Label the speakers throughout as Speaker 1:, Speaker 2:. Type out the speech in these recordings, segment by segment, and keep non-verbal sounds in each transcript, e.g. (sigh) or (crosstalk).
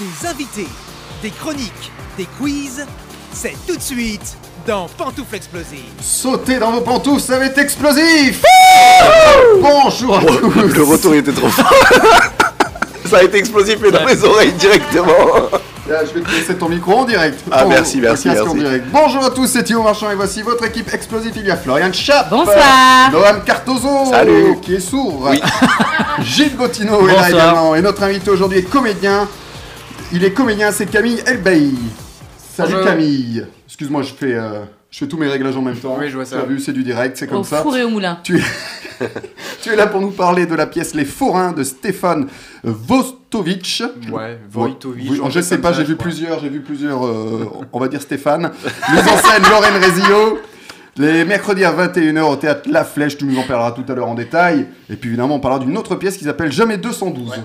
Speaker 1: Des invités, des chroniques, des quiz, c'est tout de suite dans Pantoufle Explosive.
Speaker 2: Sautez dans vos pantoufles, ça va être explosif Bonjour à tous
Speaker 3: Oh, Le retour il était trop fort. (laughs) Ça a été explosif et dans mes oreilles directement.
Speaker 2: Là, Je vais te laisser ton micro en direct.
Speaker 3: Ah,
Speaker 2: Ton-
Speaker 3: merci,
Speaker 2: ton
Speaker 3: merci,
Speaker 2: casque en
Speaker 3: merci.
Speaker 2: direct. Bonjour à tous, c'est Thio Marchand et voici votre équipe explosif. Il y a Florian Chap.
Speaker 4: Bonsoir.
Speaker 2: Noam Cartozo.
Speaker 3: Salut.
Speaker 2: Qui est sourd. (laughs) Gilles Bottino est là
Speaker 5: Bonsoir.
Speaker 2: également. Et notre invité aujourd'hui est comédien. Il est comédien, c'est Camille Elbaï. Salut
Speaker 5: Bonjour.
Speaker 2: Camille. Excuse-moi, je fais, euh, je fais tous mes réglages en même temps.
Speaker 5: Oui, je vois ça.
Speaker 2: T'as vu, c'est du direct, c'est comme
Speaker 4: Au
Speaker 2: ça.
Speaker 4: four et au moulin.
Speaker 2: Tu es... tu es là pour nous parler de la pièce Les Forains de Stéphane Vostovitch.
Speaker 5: Ouais, Vojtovic.
Speaker 2: Oui,
Speaker 5: on
Speaker 2: je
Speaker 5: fait
Speaker 2: sais
Speaker 5: comme
Speaker 2: pas,
Speaker 5: ça,
Speaker 2: j'ai
Speaker 5: je
Speaker 2: vu
Speaker 5: crois.
Speaker 2: plusieurs, j'ai vu plusieurs, euh, on va dire Stéphane. Mise en scène, Lorraine Rézillo. Les mercredis à 21h au théâtre La Flèche, tu nous en parleras tout à l'heure en détail. Et puis évidemment, on parlera d'une autre pièce qui s'appelle Jamais 212.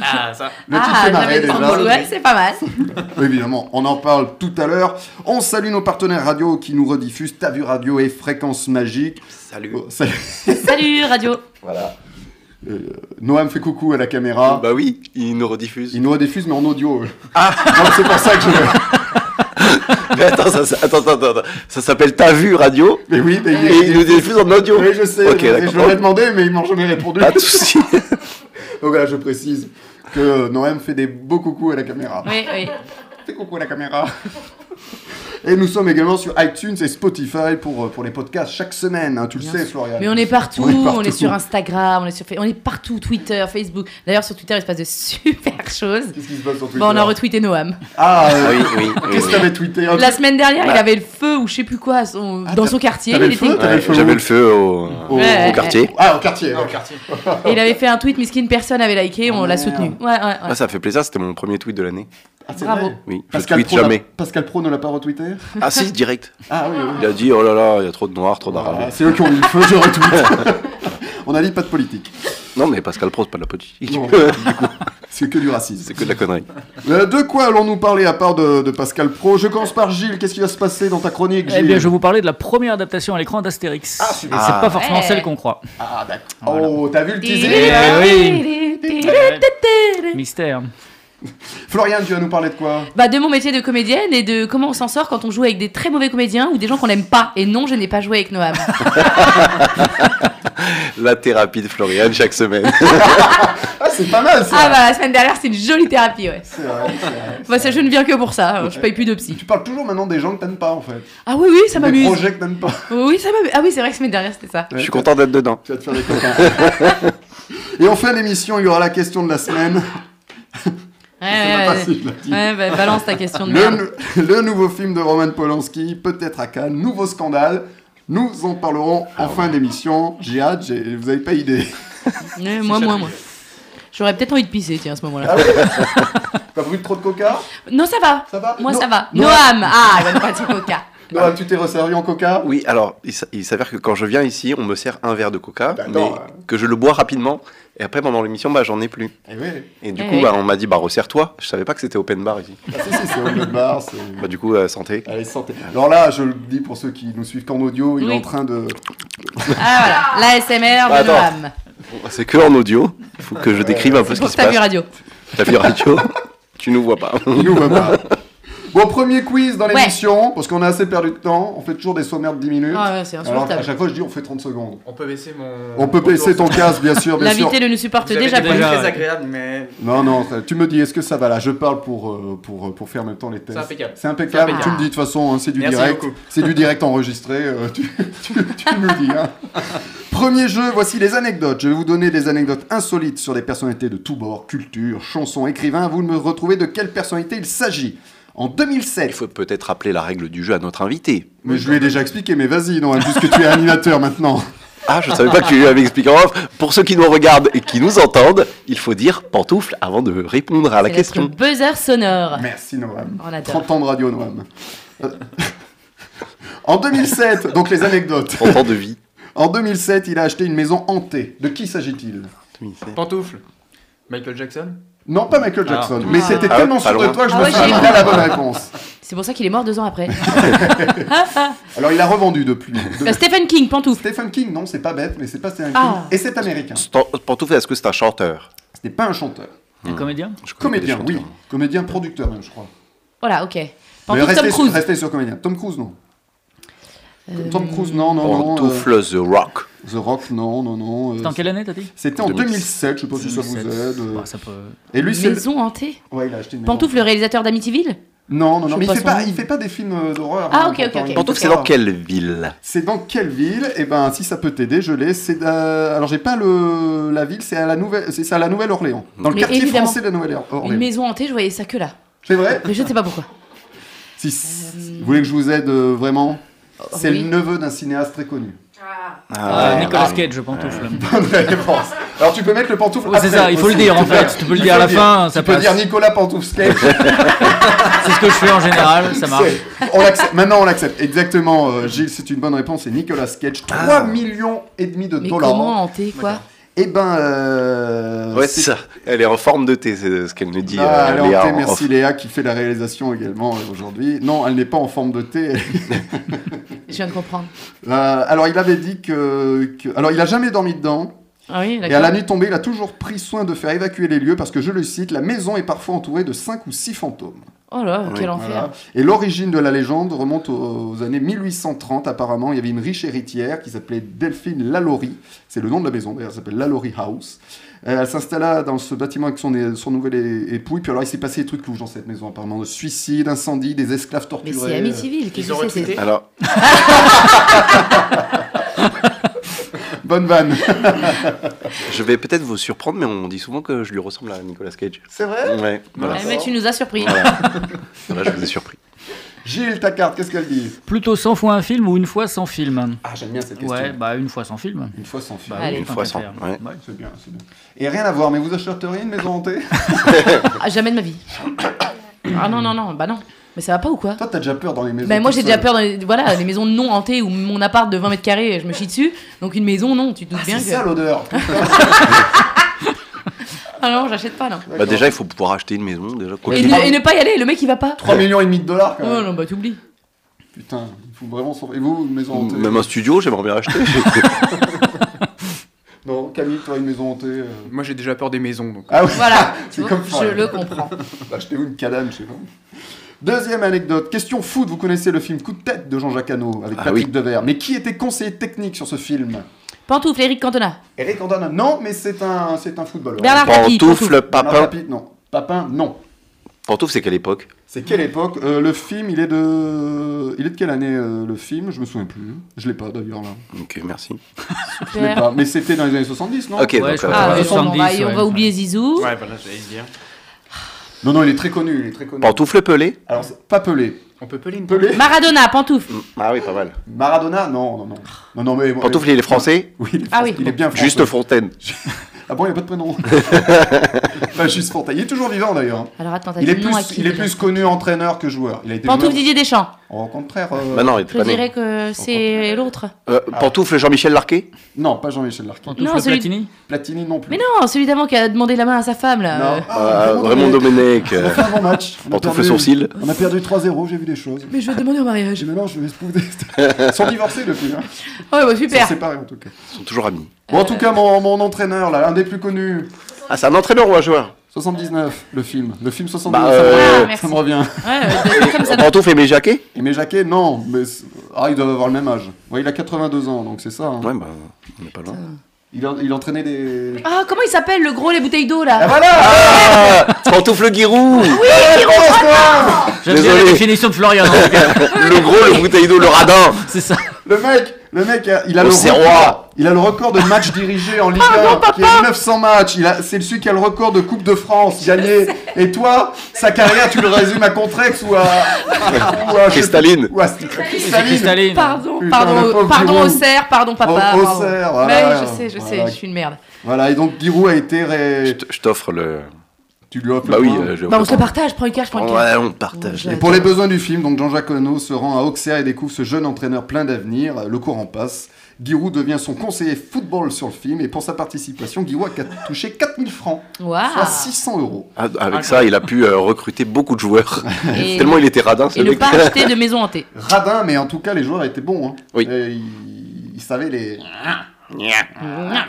Speaker 5: Ah, ça.
Speaker 2: Le titre fait marrer,
Speaker 4: jamais
Speaker 2: déjà.
Speaker 4: entendu. Ouais, c'est pas
Speaker 2: (laughs)
Speaker 4: mal.
Speaker 2: Évidemment, on en parle tout à l'heure. On salue nos partenaires radio qui nous rediffusent Tavu Radio et Fréquence Magique.
Speaker 3: Salut.
Speaker 2: Oh, salut.
Speaker 4: Salut, radio.
Speaker 3: Voilà.
Speaker 2: Noam fait coucou à la caméra.
Speaker 3: Bah oui, il nous rediffuse.
Speaker 2: Il nous rediffuse, mais en audio.
Speaker 3: Ah.
Speaker 2: (laughs) Donc c'est pour ça que je.
Speaker 3: Mais attends, ça, ça- attends, attends, attends. Ça s'appelle Ta Vue Radio
Speaker 2: Mais oui, mais
Speaker 3: et il nous diffuse en audio.
Speaker 2: Oui, je sais,
Speaker 3: Ok,
Speaker 2: je- je, leur ai
Speaker 3: d'accord. Oh,
Speaker 2: demandé, mais ils m'ont jamais répondu.
Speaker 3: Pas de soucis.
Speaker 2: Donc voilà, je précise que Noam fait des beaux coucou à la caméra.
Speaker 4: Oui, oui.
Speaker 2: Fais coucou à la caméra. Et nous sommes également sur iTunes et Spotify pour, euh, pour les podcasts chaque semaine. hein, tu le
Speaker 4: Bien
Speaker 2: sais,
Speaker 4: sûr.
Speaker 2: Florian.
Speaker 4: Mais on est partout,
Speaker 2: On
Speaker 4: on
Speaker 2: est
Speaker 4: est,
Speaker 2: partout.
Speaker 4: sur Instagram, on est sur Fa- on est partout, Twitter, Facebook. D'ailleurs, sur Twitter, il se passe de (laughs) super choses.
Speaker 2: Qu'est-ce qui se passe sur Twitter
Speaker 4: Bon, on a retweeté Noam.
Speaker 2: Ah,
Speaker 3: (laughs) Ah
Speaker 2: euh,
Speaker 3: oui, oui. oui,
Speaker 2: qu'est-ce que
Speaker 3: oui.
Speaker 2: t'avais tweeté hein,
Speaker 4: La semaine dernière,
Speaker 3: Bah.
Speaker 4: il avait le feu ou je sais plus quoi à son-
Speaker 2: Ah,
Speaker 4: dans
Speaker 2: t'as-
Speaker 4: son quartier.
Speaker 2: t'avais
Speaker 4: Il
Speaker 2: le feu,
Speaker 4: était...
Speaker 2: t'avais
Speaker 3: Ouais,
Speaker 2: le feu
Speaker 3: J'avais
Speaker 2: où
Speaker 3: le feu au,
Speaker 2: Au-
Speaker 4: Ouais.
Speaker 3: au quartier.
Speaker 2: Ah, au quartier.
Speaker 5: Au
Speaker 2: ouais.
Speaker 5: quartier.
Speaker 4: Et il avait fait un tweet, Miskin, personne avait liké,
Speaker 2: Oh,
Speaker 4: on l'a
Speaker 2: merde.
Speaker 4: soutenu. Ouais, ouais, ouais.
Speaker 3: Ah, ça fait plaisir, c'était mon premier tweet de l'année.
Speaker 2: Ah, c'est
Speaker 4: Bravo.
Speaker 2: vrai.
Speaker 3: Oui, je
Speaker 2: Pascal
Speaker 3: tweet
Speaker 2: Pro, n'a-
Speaker 3: jamais.
Speaker 2: Pascal Pro ne l'a pas retweeté
Speaker 3: Ah si, direct.
Speaker 2: Ah oui, oui.
Speaker 3: Il a dit, oh là là, il y a trop de noirs, trop
Speaker 2: Ah,
Speaker 3: d'arabes.
Speaker 2: c'est eux qui ont mis le feu, je retweet. (laughs) on a dit pas de politique.
Speaker 3: Non, mais Pascal Pro, c'est pas de la politique.
Speaker 2: Non. C'est que du racisme.
Speaker 3: (laughs) c'est que de la connerie.
Speaker 2: Euh, de quoi allons-nous parler à part de, de Pascal Pro Je commence par Gilles. Qu'est-ce qui va se passer dans ta chronique, Gilles
Speaker 5: Eh bien, je vais vous parler de la première adaptation à l'écran d'Astérix.
Speaker 2: Ah, super.
Speaker 5: Et c'est
Speaker 3: Ah.
Speaker 5: pas forcément
Speaker 4: Ouais.
Speaker 5: celle
Speaker 4: (laughs)
Speaker 5: qu'on croit.
Speaker 2: Ah, d'accord. Oh, t'as vu le teaser
Speaker 5: Eh
Speaker 4: oui.
Speaker 2: Hmm.
Speaker 5: Mystère.
Speaker 2: Florian, tu vas nous parler de quoi
Speaker 4: Bah de mon métier de comédienne et de comment on s'en sort quand on joue avec des très mauvais comédiens ou des gens qu'on n'aime pas. Et non, je n'ai pas joué avec Noam.
Speaker 3: La thérapie de Florian chaque semaine.
Speaker 2: Ah, c'est pas mal ça
Speaker 4: Ah bah la semaine dernière, c'est une jolie thérapie, ouais.
Speaker 2: C'est vrai, c'est vrai.
Speaker 4: Bah ça, je ne viens que pour ça, hein. je paye plus de psy.
Speaker 2: Tu parles toujours maintenant des gens que t'aimes pas en fait.
Speaker 4: Ah oui, oui, ça
Speaker 2: Des
Speaker 4: m'amuse.
Speaker 2: projets que t'aimes pas.
Speaker 4: Oui, ça m'amuse. Ah oui, c'est vrai que la semaine dernière, c'était ça.
Speaker 3: (laughs) Je suis content d'être dedans.
Speaker 2: Tu vas te faire des copains.
Speaker 4: (laughs)
Speaker 2: Et en fin d'émission, il y aura la question de la
Speaker 4: Euh,
Speaker 2: semaine.
Speaker 4: Ouais,
Speaker 2: (laughs) c'est
Speaker 4: ouais,
Speaker 2: pas
Speaker 4: ouais.
Speaker 2: si je l'ai dit.
Speaker 4: Ouais, bah balance ta question de
Speaker 2: Le,
Speaker 4: merde.
Speaker 2: nou- (laughs) le nouveau film de Roman Polanski, peut-être à Cannes, nouveau scandale. Nous en parlerons
Speaker 4: Ah
Speaker 2: en fin d'émission. J'ai hâte, j'ai- vous avez pas idée.
Speaker 4: Ouais, moi, moi, moi. J'aurais peut-être envie de pisser, tiens, à ce
Speaker 2: Ah
Speaker 4: moment-là.
Speaker 2: (laughs) T'as bu trop de coca
Speaker 4: Non, ça va.
Speaker 2: Ça va
Speaker 4: Moi,
Speaker 2: No-
Speaker 4: ça va.
Speaker 2: Noam.
Speaker 4: Noam Ah, il va nous parler de coca.
Speaker 2: Noam, tu t'es resservi en coca
Speaker 3: Oui, alors il s- il s'avère que quand je viens ici, on me sert un verre de coca,
Speaker 2: Bah,
Speaker 3: mais
Speaker 2: attends, hein.
Speaker 3: que je le bois rapidement. Et après, pendant l'émission, bah, j'en ai plus.
Speaker 2: Eh oui.
Speaker 3: Et du
Speaker 4: Eh
Speaker 3: coup,
Speaker 4: oui.
Speaker 3: bah, on m'a dit, bah, resserre-toi. Je savais pas que c'était open bar ici.
Speaker 2: Ah, si, si, c'est open bar, c'est.
Speaker 3: Bah, du coup, euh, santé.
Speaker 2: Allez, santé. Alors là, je le dis pour ceux qui nous suivent qu'en audio, il est
Speaker 4: Oui.
Speaker 2: en train de.
Speaker 4: Ah voilà, l'ASMR
Speaker 3: Bah,
Speaker 4: de
Speaker 3: attends.
Speaker 4: Noam.
Speaker 3: C'est que en audio. Il faut que je décrive un peu
Speaker 4: C'est
Speaker 3: ce qui
Speaker 4: pour
Speaker 3: se
Speaker 4: ta vue
Speaker 3: passe.
Speaker 4: radio.
Speaker 3: T'as vu
Speaker 4: (laughs)
Speaker 3: radio Tu nous vois pas.
Speaker 2: Il nous voit pas. Bon, premier quiz dans
Speaker 4: Ouais.
Speaker 2: l'émission, parce qu'on a assez perdu de temps. On fait toujours des sommaires de 10 minutes.
Speaker 4: Ah ouais, c'est
Speaker 2: Alors à
Speaker 4: insupportable. Euh,
Speaker 2: chaque fois, je dis on fait 30 secondes.
Speaker 6: On peut baisser mon.
Speaker 2: On peut
Speaker 6: mon
Speaker 2: baisser
Speaker 6: tour.
Speaker 2: ton casque, bien
Speaker 4: (laughs)
Speaker 2: sûr, bien sûr.
Speaker 4: L'invité ne nous supporte
Speaker 6: Vous avez
Speaker 4: déjà
Speaker 6: des
Speaker 4: plus.
Speaker 6: trucs
Speaker 5: déjà,
Speaker 6: très
Speaker 5: ouais.
Speaker 6: agréable, mais.
Speaker 2: Non, non, ça- tu me dis, est-ce que ça va là Je parle pour, euh, pour, pour faire en même temps les tests.
Speaker 6: C'est impeccable.
Speaker 2: C'est impeccable.
Speaker 6: C'est impeccable.
Speaker 2: Tu me dis, de toute façon, hein, c'est du
Speaker 6: Merci
Speaker 2: direct.
Speaker 6: beaucoup.
Speaker 2: C'est du direct enregistré. euh, (laughs) tu, tu, tu me dis. hein. Premier jeu, voici les anecdotes. Je vais vous donner des anecdotes insolites sur des personnalités de tous bords, culture, chansons, écrivains. Vous me retrouvez de quelle personnalité il s'agit. En
Speaker 3: (laughs) Il
Speaker 2: 2007,
Speaker 3: faut peut-être rappeler la règle du jeu à notre invité.
Speaker 2: mais je lui ai déjà expliqué, mais vas-y, non, puisque
Speaker 6: (laughs)
Speaker 2: tu es animateur maintenant.
Speaker 3: Ah, je savais pas que tu lui avais expliqué en off. Pour ceux qui nous regardent et qui nous entendent, il faut dire pantoufle avant de répondre à la
Speaker 4: C'est
Speaker 3: question.
Speaker 4: notre buzzer sonore.
Speaker 2: Merci Noam.
Speaker 4: On adore.
Speaker 2: 30 ans de radio Noam. Euh, (laughs) en 2007, donc les anecdotes.
Speaker 3: 30 ans de vie.
Speaker 2: En 2007, il a acheté une maison hantée. De qui s'agit-il
Speaker 6: Pantoufle. Michael Jackson
Speaker 2: Non, pas Michael
Speaker 5: Ah.
Speaker 2: Jackson. Mais c'était
Speaker 3: Ah,
Speaker 2: tellement
Speaker 3: pas
Speaker 2: sûr de
Speaker 3: loin.
Speaker 2: toi que je
Speaker 4: Ah
Speaker 2: me
Speaker 4: ouais,
Speaker 2: suis dit,
Speaker 4: j'ai-
Speaker 2: voilà la bonne réponse.
Speaker 4: C'est pour ça qu'il est mort deux ans après.
Speaker 2: Alors, il a revendu depuis. De-
Speaker 4: Bah, Stephen King, pantoufle.
Speaker 2: Stephen King, non, c'est pas bête, mais c'est pas Stephen King.
Speaker 4: Ah.
Speaker 2: Et c'est américain.
Speaker 3: Stan- Pantoufle, est-ce que c'est un chanteur
Speaker 2: C'était pas un chanteur.
Speaker 5: Un comédien
Speaker 3: Je connais
Speaker 2: Comédien,
Speaker 3: pas les
Speaker 2: oui.
Speaker 3: chanteurs.
Speaker 2: Comédien, producteur même, je crois.
Speaker 4: Voilà, ok.
Speaker 2: Mais
Speaker 4: Pantoufle Tom
Speaker 2: restez, sur,
Speaker 4: Cruise.
Speaker 2: restez sur comédien. Tom Cruise, non.
Speaker 4: Euh,
Speaker 2: Tom Cruise, non, non, non. euh,
Speaker 3: Pantoufle The Rock.
Speaker 2: The Rock, non, non, non. euh,
Speaker 5: Dans quelle année t'as dit
Speaker 2: C'était en
Speaker 3: 2007,
Speaker 2: 2007, je ne sais pas si ça vous
Speaker 5: 2007.
Speaker 2: aide. euh.
Speaker 5: Bah, ça peut...
Speaker 2: Et lui, c'est. le-
Speaker 4: Maison hantée.
Speaker 2: Ouais, il a acheté une maison.
Speaker 4: Pantoufle, le réalisateur d'Amityville
Speaker 2: Non, non,
Speaker 5: Je
Speaker 2: non,
Speaker 5: sais
Speaker 2: mais il
Speaker 5: pas
Speaker 2: fait
Speaker 5: son
Speaker 2: pas,
Speaker 5: nom.
Speaker 2: il fait pas des films euh, d'horreur.
Speaker 4: Ah,
Speaker 2: hein,
Speaker 4: ok, ok,
Speaker 2: pourtant,
Speaker 4: ok.
Speaker 2: il-
Speaker 3: Pantoufle,
Speaker 2: il
Speaker 3: c'est
Speaker 2: fait
Speaker 3: dans
Speaker 2: ça.
Speaker 3: quelle ville
Speaker 2: C'est dans quelle ville Eh ben, si ça peut t'aider, je l'ai. C'est euh, alors j'ai pas le la ville, c'est à la nouvelle, c'est c'est à la Nouvelle-Orléans, dans le
Speaker 4: Mais
Speaker 2: quartier
Speaker 4: évidemment.
Speaker 2: français de la
Speaker 4: Une
Speaker 2: Nouvelle-Orléans.
Speaker 4: maison hantée, je voyais ça que là.
Speaker 2: C'est vrai
Speaker 4: Mais je ne sais pas pourquoi.
Speaker 2: Si vous voulez que je vous aide euh, vraiment, (laughs) c'est
Speaker 4: Oh, oui.
Speaker 2: le neveu d'un cinéaste très connu. (laughs)
Speaker 5: Euh, Nicolas
Speaker 3: ah,
Speaker 5: Cage, pantoufle.
Speaker 2: Bonne réponse. Alors tu peux mettre le pantoufle.
Speaker 5: Oh, c'est
Speaker 2: après,
Speaker 5: ça, il faut le
Speaker 2: aussi.
Speaker 5: dire en
Speaker 2: Tu peux-
Speaker 5: fait. Tu peux le
Speaker 2: il
Speaker 5: dire à
Speaker 2: faut
Speaker 5: la fin,
Speaker 2: Tu
Speaker 5: ça
Speaker 2: peux
Speaker 5: passe.
Speaker 2: dire Nicolas
Speaker 5: (laughs)
Speaker 2: Pantoufle
Speaker 5: C'est ce que je fais en général, ça
Speaker 2: (laughs)
Speaker 5: marche.
Speaker 2: C'est- On l'accepte. Maintenant, on l'accepte. Exactement, euh, Gilles, c'est une bonne réponse. C'est Nicolas Cage.
Speaker 5: Ah.
Speaker 2: 3 millions et demi de
Speaker 4: Mais
Speaker 2: dollars.
Speaker 4: comment hantée, quoi
Speaker 2: Eh ben, euh,
Speaker 3: Ouais,
Speaker 2: c'est-
Speaker 3: c'est ça. Elle est en forme de thé, c'est ce qu'elle nous dit.
Speaker 2: Ah,
Speaker 3: euh,
Speaker 2: elle est en
Speaker 3: Léa,
Speaker 2: thé,
Speaker 3: en-
Speaker 2: merci Léa qui fait la réalisation également euh, aujourd'hui. Non, elle n'est pas en forme de thé. (laughs)
Speaker 4: Je viens de comprendre.
Speaker 2: Euh, alors il avait dit que, que- alors il a jamais dormi dedans.
Speaker 4: Ah oui,
Speaker 2: Et à la
Speaker 4: d'accord.
Speaker 2: nuit tombée, il a toujours pris soin de faire évacuer les lieux parce que je le cite, la maison est parfois entourée de cinq ou six fantômes.
Speaker 4: Oh là,
Speaker 3: Oui,
Speaker 4: quel
Speaker 2: Voilà.
Speaker 4: enfer.
Speaker 2: Et l'origine de la légende remonte aux, aux années 1830 apparemment. Il y avait une riche héritière qui s'appelait Delphine Lalaurie. C'est le nom de la maison d'ailleurs, elle s'appelle Lalaurie House. Euh, elle s'installa dans ce bâtiment avec son, son nouvel é- époux. Et puis alors il s'est passé des trucs louches dans cette maison apparemment. De suicides, incendies, des esclaves
Speaker 4: Mais
Speaker 2: torturés.
Speaker 4: c'est Amityville, qu'est-ce
Speaker 6: ils ont
Speaker 4: que c'est c'est-
Speaker 6: recruté.
Speaker 3: Alors,
Speaker 2: Euh, (laughs) Bonne vanne.
Speaker 3: je vais peut-être vous surprendre, mais on dit souvent que je lui ressemble à Nicolas Cage.
Speaker 2: (laughs) C'est vrai
Speaker 3: Ouais, voilà.
Speaker 4: Ah, Mais tu nous as surpris.
Speaker 3: (laughs) Voilà. Voilà, je vous ai surpris. Bah,
Speaker 2: Gilles, ta carte, qu'est-ce qu'elle dit
Speaker 5: Plutôt 100 fois un film ou une fois sans film
Speaker 2: Ah j'aime bien cette
Speaker 5: Ouais, bah une fois sans film.
Speaker 2: Une fois sans fil.
Speaker 5: Bah,
Speaker 4: Allez.
Speaker 5: oui,
Speaker 4: Une
Speaker 5: tant
Speaker 3: fois
Speaker 5: qu'à
Speaker 3: sans,
Speaker 5: faire.
Speaker 3: ouais.
Speaker 5: Ouais.
Speaker 2: C'est bien, c'est bien. Et rien à voir, mais vous acheteriez une maison hantée (laughs)
Speaker 4: Ah, jamais de ma vie. Ah non, non, non, bah non. Mais ça va pas ou quoi
Speaker 2: Toi, t'as déjà peur dans les maisons.
Speaker 4: Bah moi
Speaker 2: toutes
Speaker 4: j'ai déjà
Speaker 2: seules.
Speaker 4: peur dans les, voilà, les maisons non hantées où mon appart de 20 mètres carrés, je me chie dessus. Donc une maison, non, tu te doutes
Speaker 2: Ah,
Speaker 4: bien
Speaker 2: c'est
Speaker 4: que...
Speaker 2: ça l'odeur.
Speaker 4: Ah non, j'achète pas, non.
Speaker 3: Bah, déjà, il faut pouvoir acheter une maison, déjà. quoi
Speaker 4: Et
Speaker 3: qu'il
Speaker 4: ne,
Speaker 3: en-
Speaker 4: et ne pas y aller, le mec il va pas.
Speaker 2: 3 millions et demi de dollars quand
Speaker 4: Oh
Speaker 2: même.
Speaker 4: non, bah t'oublies.
Speaker 2: Putain, il faut vraiment s'en... Et vous, une maison hantée
Speaker 3: Même un studio, j'aimerais bien acheter.
Speaker 2: Non, Camille, toi, une maison hantée. euh.
Speaker 6: Moi j'ai déjà peur des maisons donc.
Speaker 2: Ah oui,
Speaker 4: Voilà, tu
Speaker 2: (laughs) C'est
Speaker 4: vois,
Speaker 2: comme
Speaker 4: je
Speaker 2: ça.
Speaker 4: le comprends.
Speaker 2: achetez-vous une cadane, je sais pas. Deuxième anecdote, question foot, vous connaissez le film Coup de tête de Jean-Jacques Hano avec
Speaker 3: Ah
Speaker 2: Patrick
Speaker 3: oui.
Speaker 2: Devers. Mais qui était conseiller technique sur ce film
Speaker 4: Pantoufle, Eric Cantona.
Speaker 2: Eric Cantona, non, mais c'est un, c'est un footballeur.
Speaker 4: Bernard Tapie.
Speaker 3: Pantoufle,
Speaker 2: Bernard
Speaker 3: papin.
Speaker 2: Tapie, non. Papin, non.
Speaker 3: Pantoufle, c'est quelle époque
Speaker 2: C'est quelle époque Euh, Le film, il est de, il est de quelle année euh, le film Je me souviens plus. Je l'ai pas d'ailleurs là.
Speaker 3: Ok, merci.
Speaker 2: Je l'ai
Speaker 4: Super.
Speaker 2: pas. Mais c'était dans les années 70, non
Speaker 3: Ok,
Speaker 5: Ouais,
Speaker 3: donc,
Speaker 5: je
Speaker 3: euh,
Speaker 5: crois.
Speaker 4: Ah, mais bon, on, va,
Speaker 5: 70,
Speaker 4: on
Speaker 5: ouais.
Speaker 4: va oublier Zizou.
Speaker 6: Ouais, voilà, j'allais se dire.
Speaker 2: Non, non, il est très connu, il est très connu.
Speaker 3: Pantoufle Pelé
Speaker 2: Alors, c'est pas Pelé.
Speaker 6: On peut peler une
Speaker 2: Pelé
Speaker 4: Maradona, Pantoufle.
Speaker 3: Ah oui, pas mal.
Speaker 2: Maradona Non, non, non. Non, non, mais.
Speaker 3: Pantoufle, il est français
Speaker 2: Oui, il est,
Speaker 4: Ah
Speaker 2: français.
Speaker 4: oui.
Speaker 2: il est bien français.
Speaker 3: Juste Fontaine.
Speaker 2: Ah bon, il n'y a pas de
Speaker 3: (laughs)
Speaker 2: prénom. enfin, juste Fontaine. Il est toujours vivant d'ailleurs.
Speaker 4: Alors attends, t'as
Speaker 2: Il
Speaker 4: dit
Speaker 2: est,
Speaker 4: non à
Speaker 2: plus,
Speaker 4: qui
Speaker 2: il est
Speaker 4: déjà
Speaker 2: plus connu entraîneur que joueur. Il a été
Speaker 4: Pantoufle
Speaker 2: joueur-
Speaker 4: Didier Deschamps.
Speaker 2: Au contraire. euh,
Speaker 3: Bah non, il était
Speaker 4: Je
Speaker 3: pas né.
Speaker 4: dirais que c'est l'autre.
Speaker 3: Euh, Pantoufle Jean-Michel Larquet
Speaker 2: Non, pas Jean-Michel Larquet.
Speaker 5: Pantoufle
Speaker 4: Non, celui-
Speaker 2: (laughs)
Speaker 5: Platini
Speaker 2: Platini non plus.
Speaker 4: Mais non, celui d'avant qui a demandé la main à sa femme là. euh.
Speaker 2: Non.
Speaker 3: Euh, Raymond Domenech.
Speaker 2: On a
Speaker 3: euh,
Speaker 2: fait un bon match. On a
Speaker 3: Pantoufle
Speaker 2: perdu-
Speaker 3: sourcil.
Speaker 2: On a perdu 3-0, j'ai vu des choses.
Speaker 4: Mais je vais te demander au mariage.
Speaker 2: J'ai maintenant, je vais se prouver.
Speaker 3: (laughs)
Speaker 2: Ils sont divorcés depuis. Hein.
Speaker 4: Oh bah
Speaker 2: Ils sont
Speaker 4: super.
Speaker 2: séparés en tout cas.
Speaker 3: Ils sont toujours amis.
Speaker 2: Bon, en tout cas, mon, mon entraîneur, là, un des plus connus,
Speaker 3: Ah, c'est un entraîneur ou un joueur
Speaker 2: 79, le film. Le film 79,
Speaker 3: Bah,
Speaker 2: ça, me-
Speaker 3: euh,
Speaker 2: ça
Speaker 4: Ah, merci.
Speaker 2: me revient.
Speaker 4: Ouais, euh, comme ça.
Speaker 3: Pantoufle Oh, et Jacquet
Speaker 2: Et mes Jacquet, non, mais c'est- ah, ils doivent avoir le même âge. Ouais, il a 82 ans, donc c'est ça. hein.
Speaker 3: Ouais, bah, on est pas loin.
Speaker 2: Il, en- il entraînait des.
Speaker 4: Ah comment il s'appelle le gros les bouteilles d'eau là
Speaker 2: voilà
Speaker 3: Ah, Pantoufle Giroud
Speaker 5: J'aime bien la
Speaker 3: Désolé.
Speaker 5: définition de Florian. en tout
Speaker 2: (laughs)
Speaker 5: cas.
Speaker 3: Le gros, le bouteille d'eau, le radin
Speaker 5: C'est ça.
Speaker 2: Le mec, le mec, a- il a
Speaker 3: Le
Speaker 2: le
Speaker 3: Serrois.
Speaker 2: record, il a le record de matchs dirigés en Ligue 1, qui est 900 matchs. Il a, c'est celui qui a le record de Coupe de France gagné. Et toi, sa carrière, tu le résumes à Contrex ou à ou à-
Speaker 3: Cristalline.
Speaker 2: ou à Cristalline.
Speaker 5: Cristalline.
Speaker 4: Pardon,
Speaker 2: Putain, le
Speaker 4: pardon,
Speaker 2: pauvre
Speaker 4: pardon au
Speaker 2: Giroud.
Speaker 4: cerf, pardon papa.
Speaker 2: Au- au
Speaker 4: pardon.
Speaker 2: cerf,
Speaker 4: Mais
Speaker 2: voilà,
Speaker 4: oui, je sais, je
Speaker 2: voilà.
Speaker 4: sais, je suis une merde.
Speaker 2: Voilà, et donc Giroud a été
Speaker 3: Je
Speaker 2: ré-
Speaker 3: t- je t'offre le.
Speaker 2: tu lui offres
Speaker 3: Bah
Speaker 2: le
Speaker 3: oui,
Speaker 2: point.
Speaker 3: euh, je
Speaker 4: Bah on se le partage, prends une carte, je prends une carte.
Speaker 3: Ouais, on partage.
Speaker 4: Ouais,
Speaker 2: Et pour les besoins du film, donc Jean-Jacques Hano se rend à Auxerre et découvre ce jeune entraîneur plein d'avenir. Le courant passe. Giroud devient son conseiller football sur le film et pour sa participation, Giroud a touché 4000 francs, soit
Speaker 4: Waouh.
Speaker 2: 600 euros.
Speaker 3: Ah, Avec ça, il a pu euh, recruter beaucoup de joueurs.
Speaker 4: Et,
Speaker 3: (laughs) Tellement il était radin, ce
Speaker 4: et ne
Speaker 3: mec.
Speaker 4: pas
Speaker 2: (laughs)
Speaker 4: acheter de maison hantée.
Speaker 2: radin, mais en tout cas, les joueurs étaient bons. Hein.
Speaker 3: Oui.
Speaker 2: Euh, ils, ils savaient les.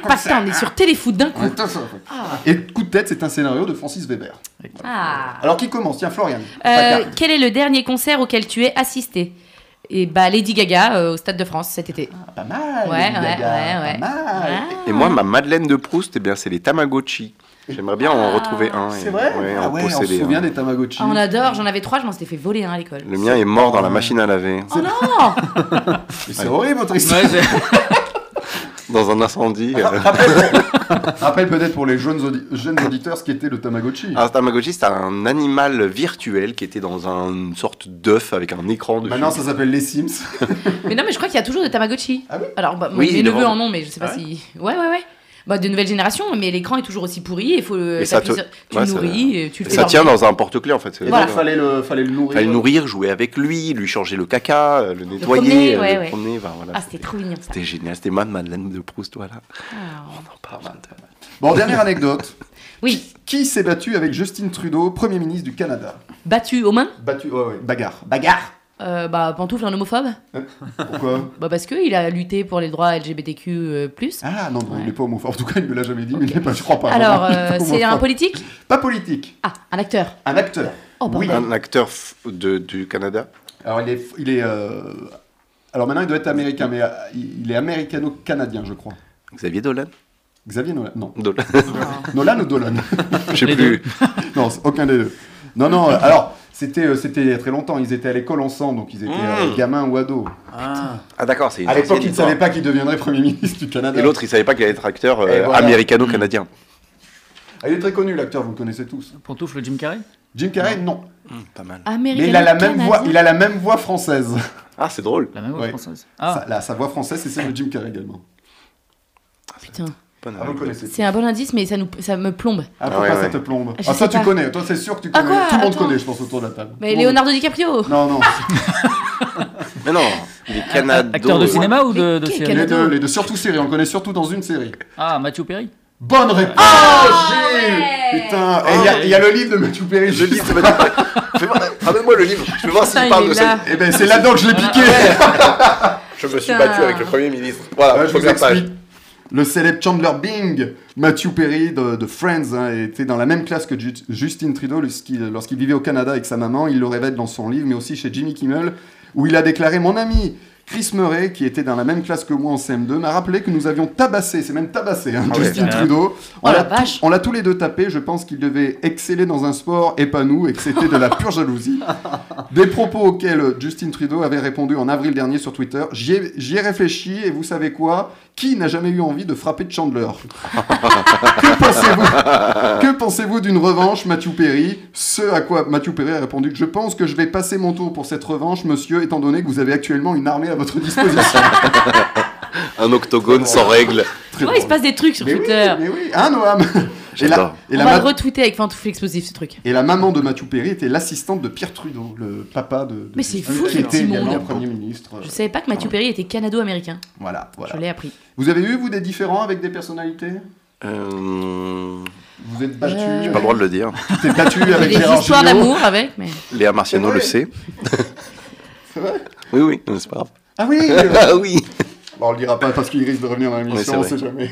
Speaker 4: Pas ça, on est sur téléfoot d'un coup.
Speaker 2: Ouais, tout ça, ouais. Et Coup de tête, c'est un scénario de Francis Weber.
Speaker 4: Ah.
Speaker 2: Alors qui commence Tiens, Florian.
Speaker 4: Euh,
Speaker 2: Packard.
Speaker 4: quel est le dernier concert auquel tu es assisté Et bah Lady Gaga euh, au Stade de France cet été.
Speaker 2: Ah, Pas mal.
Speaker 4: Ouais,
Speaker 2: Lady
Speaker 4: ouais,
Speaker 2: Gaga,
Speaker 4: ouais, ouais.
Speaker 2: Pas
Speaker 3: Ah,
Speaker 2: mal.
Speaker 3: Et moi, ma Madeleine de Proust, eh bien, c'est les Tamagotchi. J'aimerais bien en retrouver un. et-
Speaker 2: C'est vrai
Speaker 3: ouais,
Speaker 2: Ah
Speaker 3: en hein.
Speaker 2: ouais, on se
Speaker 3: posséder
Speaker 2: souvient
Speaker 3: un.
Speaker 2: des Tamagotchi.
Speaker 4: Ah, on adore, j'en avais trois, je m'en étais fait voler un à l'école.
Speaker 3: Le mien est mort dans la machine à laver,
Speaker 4: Oh non (laughs)
Speaker 2: Mais C'est horrible votre histoire.
Speaker 5: Ouais, c'est- (laughs)
Speaker 3: dans un incendie. euh.
Speaker 2: Rappelle peut-être pour les jeunes, audi- jeunes auditeurs ce qu'était le Tamagotchi.
Speaker 3: Un Tamagotchi, Ah, c'est un animal virtuel qui était dans un- une sorte d'œuf avec un écran dessus.
Speaker 2: Maintenant, ça s'appelle les Sims.
Speaker 4: Mais non, mais je crois qu'il y a toujours des Tamagotchi.
Speaker 2: Ah oui
Speaker 4: Alors, bah,
Speaker 3: Oui,
Speaker 4: mes
Speaker 3: ils le
Speaker 4: neveux
Speaker 3: vendent.
Speaker 4: en ont, mais je sais pas
Speaker 2: Ah ouais
Speaker 4: si. Ouais, ouais, ouais. Bah, de nouvelles générations, mais l'écran est toujours aussi pourri. Il faut le-
Speaker 3: Et ça
Speaker 4: t'appuies
Speaker 3: te-
Speaker 4: sur- tu
Speaker 3: ouais,
Speaker 4: le
Speaker 3: ça-
Speaker 4: nourris, et tu le
Speaker 3: Et
Speaker 4: fais
Speaker 3: ça tient
Speaker 4: dormir.
Speaker 3: dans un porte-clés en fait. c'est-
Speaker 2: Et
Speaker 4: Voilà.
Speaker 2: donc, fallait le, fallait le nourrir.
Speaker 3: Fallait le nourrir, jouer avec lui, lui changer le caca, euh, le
Speaker 4: promener,
Speaker 3: nettoyer, euh,
Speaker 4: ouais,
Speaker 3: le
Speaker 4: ouais.
Speaker 3: promener, enfin, voilà,
Speaker 4: Ah, c'était trop mignon ça.
Speaker 3: c'était génial, c'était ma Madeleine de Proust, voilà.
Speaker 4: Ah.
Speaker 3: On en parle.
Speaker 2: Bon, dernière anecdote.
Speaker 4: (laughs) Oui,
Speaker 2: Qui s'est battu avec Justin Trudeau, Premier ministre du Canada
Speaker 4: battu aux mains
Speaker 2: Battu, ouais, ouais, bagarre. Bagarre
Speaker 4: euh, Bah, pantoufle, un homophobe
Speaker 2: Pourquoi
Speaker 4: Bah, parce qu'il a lutté pour les droits LGBTQ. euh, plus.
Speaker 2: Ah non, non,
Speaker 4: Ouais.
Speaker 2: il n'est pas homophobe. En tout cas, il ne me l'a jamais dit, mais il n'est pas, je crois pas.
Speaker 4: Alors,
Speaker 2: vraiment, il est
Speaker 3: (laughs)
Speaker 4: euh,
Speaker 2: pas
Speaker 4: c'est un
Speaker 2: homophobe.
Speaker 4: politique
Speaker 2: Pas politique,
Speaker 4: Ah, un acteur.
Speaker 2: un acteur.
Speaker 4: Oh,
Speaker 2: Oui.
Speaker 4: pardon.
Speaker 3: Un acteur f- de- du Canada
Speaker 2: Alors, il est. Il est euh, Alors maintenant, il doit être américain, mais euh, il il est américano-canadien, je crois.
Speaker 3: Xavier Dolan
Speaker 2: Xavier Nolan Non. (laughs)
Speaker 3: Dolan
Speaker 4: Ah.
Speaker 2: Nolan ou Dolan
Speaker 3: Je sais
Speaker 5: Les
Speaker 3: plus.
Speaker 2: Non, c'est aucun des deux. Non, non, euh, alors, c'était euh, c'était il y a très longtemps. Ils étaient à l'école ensemble, donc ils étaient euh,
Speaker 3: Mmh.
Speaker 2: gamins ou ados.
Speaker 3: Ah d'accord, c'est une
Speaker 2: À l'époque,
Speaker 3: ancienne
Speaker 2: ils ne
Speaker 3: histoire.
Speaker 2: savaient pas qu'ils deviendraient Premier ministre du Canada.
Speaker 3: Et l'autre, il savait pas qu'il allait être acteur euh,
Speaker 2: Et voilà.
Speaker 3: américano-canadien.
Speaker 2: Ah, il est très connu, l'acteur, vous le connaissez tous.
Speaker 5: Pantoufle Jim Carrey
Speaker 2: Jim Carrey, non.
Speaker 3: Pas mal.
Speaker 4: Américain,
Speaker 2: Mais il a, la même
Speaker 4: Canadien.
Speaker 2: voix, il a la même voix française.
Speaker 3: Ah, c'est drôle.
Speaker 5: La même voix
Speaker 2: Ouais.
Speaker 5: française. Ah,
Speaker 2: Sa, la- sa voix française, c'est celle de Jim Carrey également.
Speaker 4: Putain,
Speaker 3: Bonne
Speaker 2: Ah, vous le
Speaker 3: anecdote.
Speaker 2: connaissez.
Speaker 4: c'est un bon indice, mais ça, nous, ça me plombe.
Speaker 2: Ah,
Speaker 3: Ah
Speaker 2: pourquoi
Speaker 3: ouais,
Speaker 2: ça
Speaker 3: ouais.
Speaker 2: te plombe
Speaker 4: Je
Speaker 2: Ah, ça,
Speaker 4: sais
Speaker 2: tu
Speaker 4: pas.
Speaker 2: connais. Toi, c'est sûr que tu
Speaker 4: Ah,
Speaker 2: connais.
Speaker 4: quoi
Speaker 2: Tout le monde
Speaker 4: Attends.
Speaker 2: connaît, je pense, autour de la table.
Speaker 4: Mais
Speaker 2: Tout le monde-
Speaker 4: Leonardo DiCaprio
Speaker 2: Non, non.
Speaker 3: Mais non, il
Speaker 2: Ah,
Speaker 3: est canado.
Speaker 5: acteur de cinéma ou
Speaker 4: Mais
Speaker 5: de, de
Speaker 4: quel-
Speaker 5: série
Speaker 2: les
Speaker 4: Leonardo.
Speaker 2: deux, les deux. Surtout série. On le connaît surtout dans une série.
Speaker 5: Ah, Mathieu Perry
Speaker 2: Bonne réponse, Gilles
Speaker 4: Ah, ouais
Speaker 2: Putain, et il y a- il y, a le livre de Mathieu Perry.
Speaker 3: Ah, Le livre, ça va être- Fais voir- Ramène-moi le livre, je veux voir
Speaker 4: Putain,
Speaker 3: s'il parle
Speaker 4: il
Speaker 3: de
Speaker 4: est
Speaker 3: ça.
Speaker 4: là.
Speaker 2: Eh ben, c'est là-dedans que je l'ai piqué.
Speaker 3: Je me suis
Speaker 4: Putain.
Speaker 3: battu avec le Premier ministre. Voilà,
Speaker 2: Ouais, je vous
Speaker 3: première page.
Speaker 2: explique. Le célèbre Chandler Bing, Matthew Perry de, de Friends, hein, était dans la même classe que Ju- Justin Trudeau lorsqu'il lorsqu'il vivait au Canada avec sa maman. Il le révèle dans son livre, mais aussi chez Jimmy Kimmel, où il a déclaré Mon ami Chris Murray, qui était dans la même classe que moi en CM2, m'a rappelé que nous avions tabassé, c'est même tabassé, hein,
Speaker 3: Ah ouais.
Speaker 2: Justin
Speaker 5: Ouais.
Speaker 2: Trudeau. On
Speaker 4: Oh la
Speaker 2: l'a
Speaker 4: vache.
Speaker 2: on l'a tous les deux tapé, je pense qu'il devait exceller dans un sport et pas nous, et que c'était de la pure
Speaker 4: (laughs)
Speaker 2: jalousie. Des propos auxquels Justin Trudeau avait répondu en avril dernier sur Twitter. J'y ai, j'y ai réfléchi et vous savez quoi Qui n'a jamais eu envie de frapper Chandler Que pensez-vous que pensez-vous d'une revanche, Mathieu Perry Ce à quoi Mathieu Perry a répondu Je pense que je vais passer mon tour pour cette revanche, monsieur, étant donné que vous avez actuellement une armée à votre disposition.
Speaker 3: Un octogone sans règle.
Speaker 4: (laughs)
Speaker 2: Très
Speaker 4: Ouais, il se
Speaker 2: drôle.
Speaker 4: passe des trucs sur
Speaker 2: mais oui,
Speaker 4: Twitter.
Speaker 2: mais oui, hein, Noam Et la-
Speaker 3: J'adore.
Speaker 2: et
Speaker 4: On
Speaker 2: la
Speaker 4: va
Speaker 2: ma-
Speaker 4: le retweeter avec Fantoufle Explosif, ce truc.
Speaker 2: Et la maman de Mathieu Perry était l'assistante de Pierre Trudeau, le papa de. de
Speaker 4: Mais c'est
Speaker 2: Justin,
Speaker 4: fou,
Speaker 2: qui
Speaker 4: ce
Speaker 2: était
Speaker 4: petit monde.
Speaker 2: également Premier ministre.
Speaker 4: Je savais pas que Mathieu Perry était canado-américain.
Speaker 2: Voilà,
Speaker 4: Je
Speaker 2: voilà.
Speaker 4: l'ai appris.
Speaker 2: Vous avez eu, vous, des différends avec des personnalités
Speaker 3: Euh,
Speaker 2: Vous êtes battu
Speaker 4: Euh,
Speaker 2: J'ai
Speaker 3: Pas le droit de le dire.
Speaker 2: Tu t'es
Speaker 4: (laughs)
Speaker 2: battu avec
Speaker 4: Des
Speaker 2: Gérard
Speaker 4: histoires
Speaker 2: Jugnot
Speaker 4: d'amour avec, mais.
Speaker 3: Léa Marciano
Speaker 2: C'est
Speaker 3: le
Speaker 2: vrai.
Speaker 3: sait.
Speaker 2: C'est vrai
Speaker 3: Oui, oui, non, c'est pas grave.
Speaker 2: Ah oui
Speaker 3: (laughs)
Speaker 2: euh,
Speaker 3: Ah oui
Speaker 2: Bon, on le dira pas parce qu'il risque de revenir dans
Speaker 3: Oui, c'est
Speaker 2: l'émission, on
Speaker 3: vrai.
Speaker 2: sait jamais.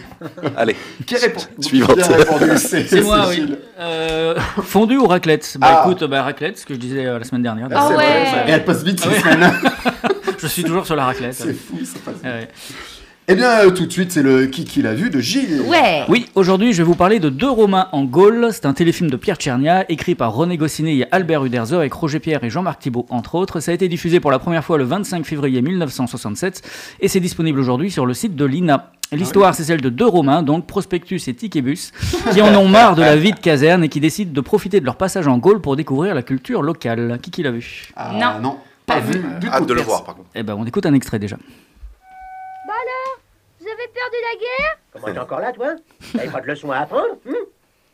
Speaker 3: Allez,
Speaker 2: Qui répond
Speaker 3: (laughs) Suivante.
Speaker 2: Qui a répondu C'est
Speaker 5: C'est moi, oui.
Speaker 2: Cécile.
Speaker 5: Euh, (laughs) fondue ou raclette
Speaker 2: Ah.
Speaker 5: Bah écoute, bah, raclette, ce que je disais euh, la semaine dernière.
Speaker 4: Ah
Speaker 2: C'est
Speaker 4: ouais.
Speaker 2: vrai, Et elle passe vite cette
Speaker 5: Ah ouais.
Speaker 2: semaine.
Speaker 5: Je suis toujours sur la
Speaker 2: (laughs)
Speaker 5: raclette.
Speaker 2: C'est fou, ça passe.
Speaker 5: Ouais.
Speaker 2: Eh bien, euh, tout de suite, c'est le qui qui l'a vu de Gilles.
Speaker 4: Ouais
Speaker 5: Oui, aujourd'hui, je vais vous parler de Deux Romains en Gaule. C'est un téléfilm de Pierre Tchernia, écrit par René Goscinny et Albert Uderzo, avec Roger Pierre et Jean-Marc Thibault, entre autres. Ça a été diffusé pour la première fois le 25 février 1967 et c'est disponible aujourd'hui sur le site de l'INA.
Speaker 2: Ah
Speaker 5: L'histoire, c'est celle de deux Romains, donc Prospectus et Ticébus, qui en ont marre de la vie de caserne et qui décident de profiter de leur passage en Gaule pour découvrir la culture locale. Qui qui l'a vu
Speaker 2: Ah,
Speaker 4: Non.
Speaker 2: pas
Speaker 4: Pas
Speaker 2: vu.
Speaker 4: vu.
Speaker 2: du tout.
Speaker 3: hâte de le voir par contre.
Speaker 5: Eh ben, on écoute un extrait déjà.
Speaker 7: Vous avez perdu la guerre
Speaker 8: Comment t'es encore là, toi T'avais pas de leçon à apprendre hein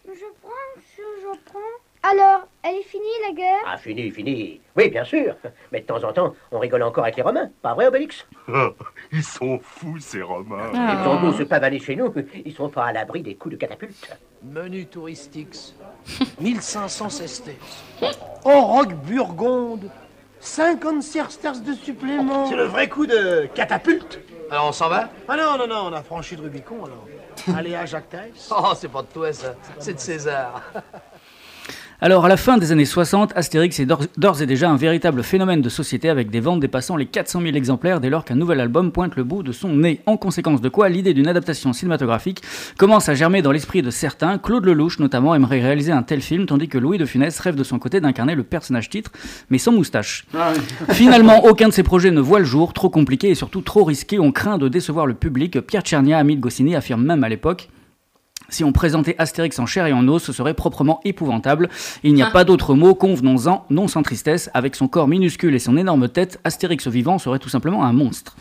Speaker 7: Je prends, je, je prends. Alors, elle est finie la guerre
Speaker 8: Ah, fini, fini. Oui, bien sûr. Mais de temps en temps, on rigole encore avec les Romains. Pas vrai, Obélix
Speaker 9: Ils sont fous, ces Romains.
Speaker 4: Ah.
Speaker 8: Ils sont beaux se pavaner chez nous. Ils sont pas à l'abri des coups de catapulte.
Speaker 10: Menu (laughs) touristique, 1500 sestes. Oroc Burgonde, 50 sesterces de supplément.
Speaker 8: C'est le vrai coup de catapulte.
Speaker 10: Alors on s'en va Ah non, non, non, on a franchi le Rubicon (laughs) alors. Allez à Jacques Taïs. Oh, c'est pas de toi ça, c'est de César.
Speaker 5: Alors, à la fin des années 60, Astérix est d'or- d'ores et déjà un véritable phénomène de société avec des ventes dépassant les 400 000 exemplaires dès lors qu'un nouvel album pointe le bout de son nez. En conséquence de quoi, l'idée d'une adaptation cinématographique commence à germer dans l'esprit de certains. Claude Lelouch, notamment, aimerait réaliser un tel film, tandis que Louis de Funès rêve de son côté d'incarner le personnage titre, mais sans moustache. (laughs) Finalement, aucun de ces projets ne voit le jour, trop compliqué et surtout trop risqué. On craint de décevoir le public. Pierre Tchernia, ami de Goscinny, affirme même à l'époque. Si on présentait Astérix en chair et en os, ce serait proprement épouvantable. Il n'y a pas d'autre mot, convenons-en, non sans tristesse. Avec son corps minuscule et son énorme tête, Astérix vivant serait tout simplement un monstre.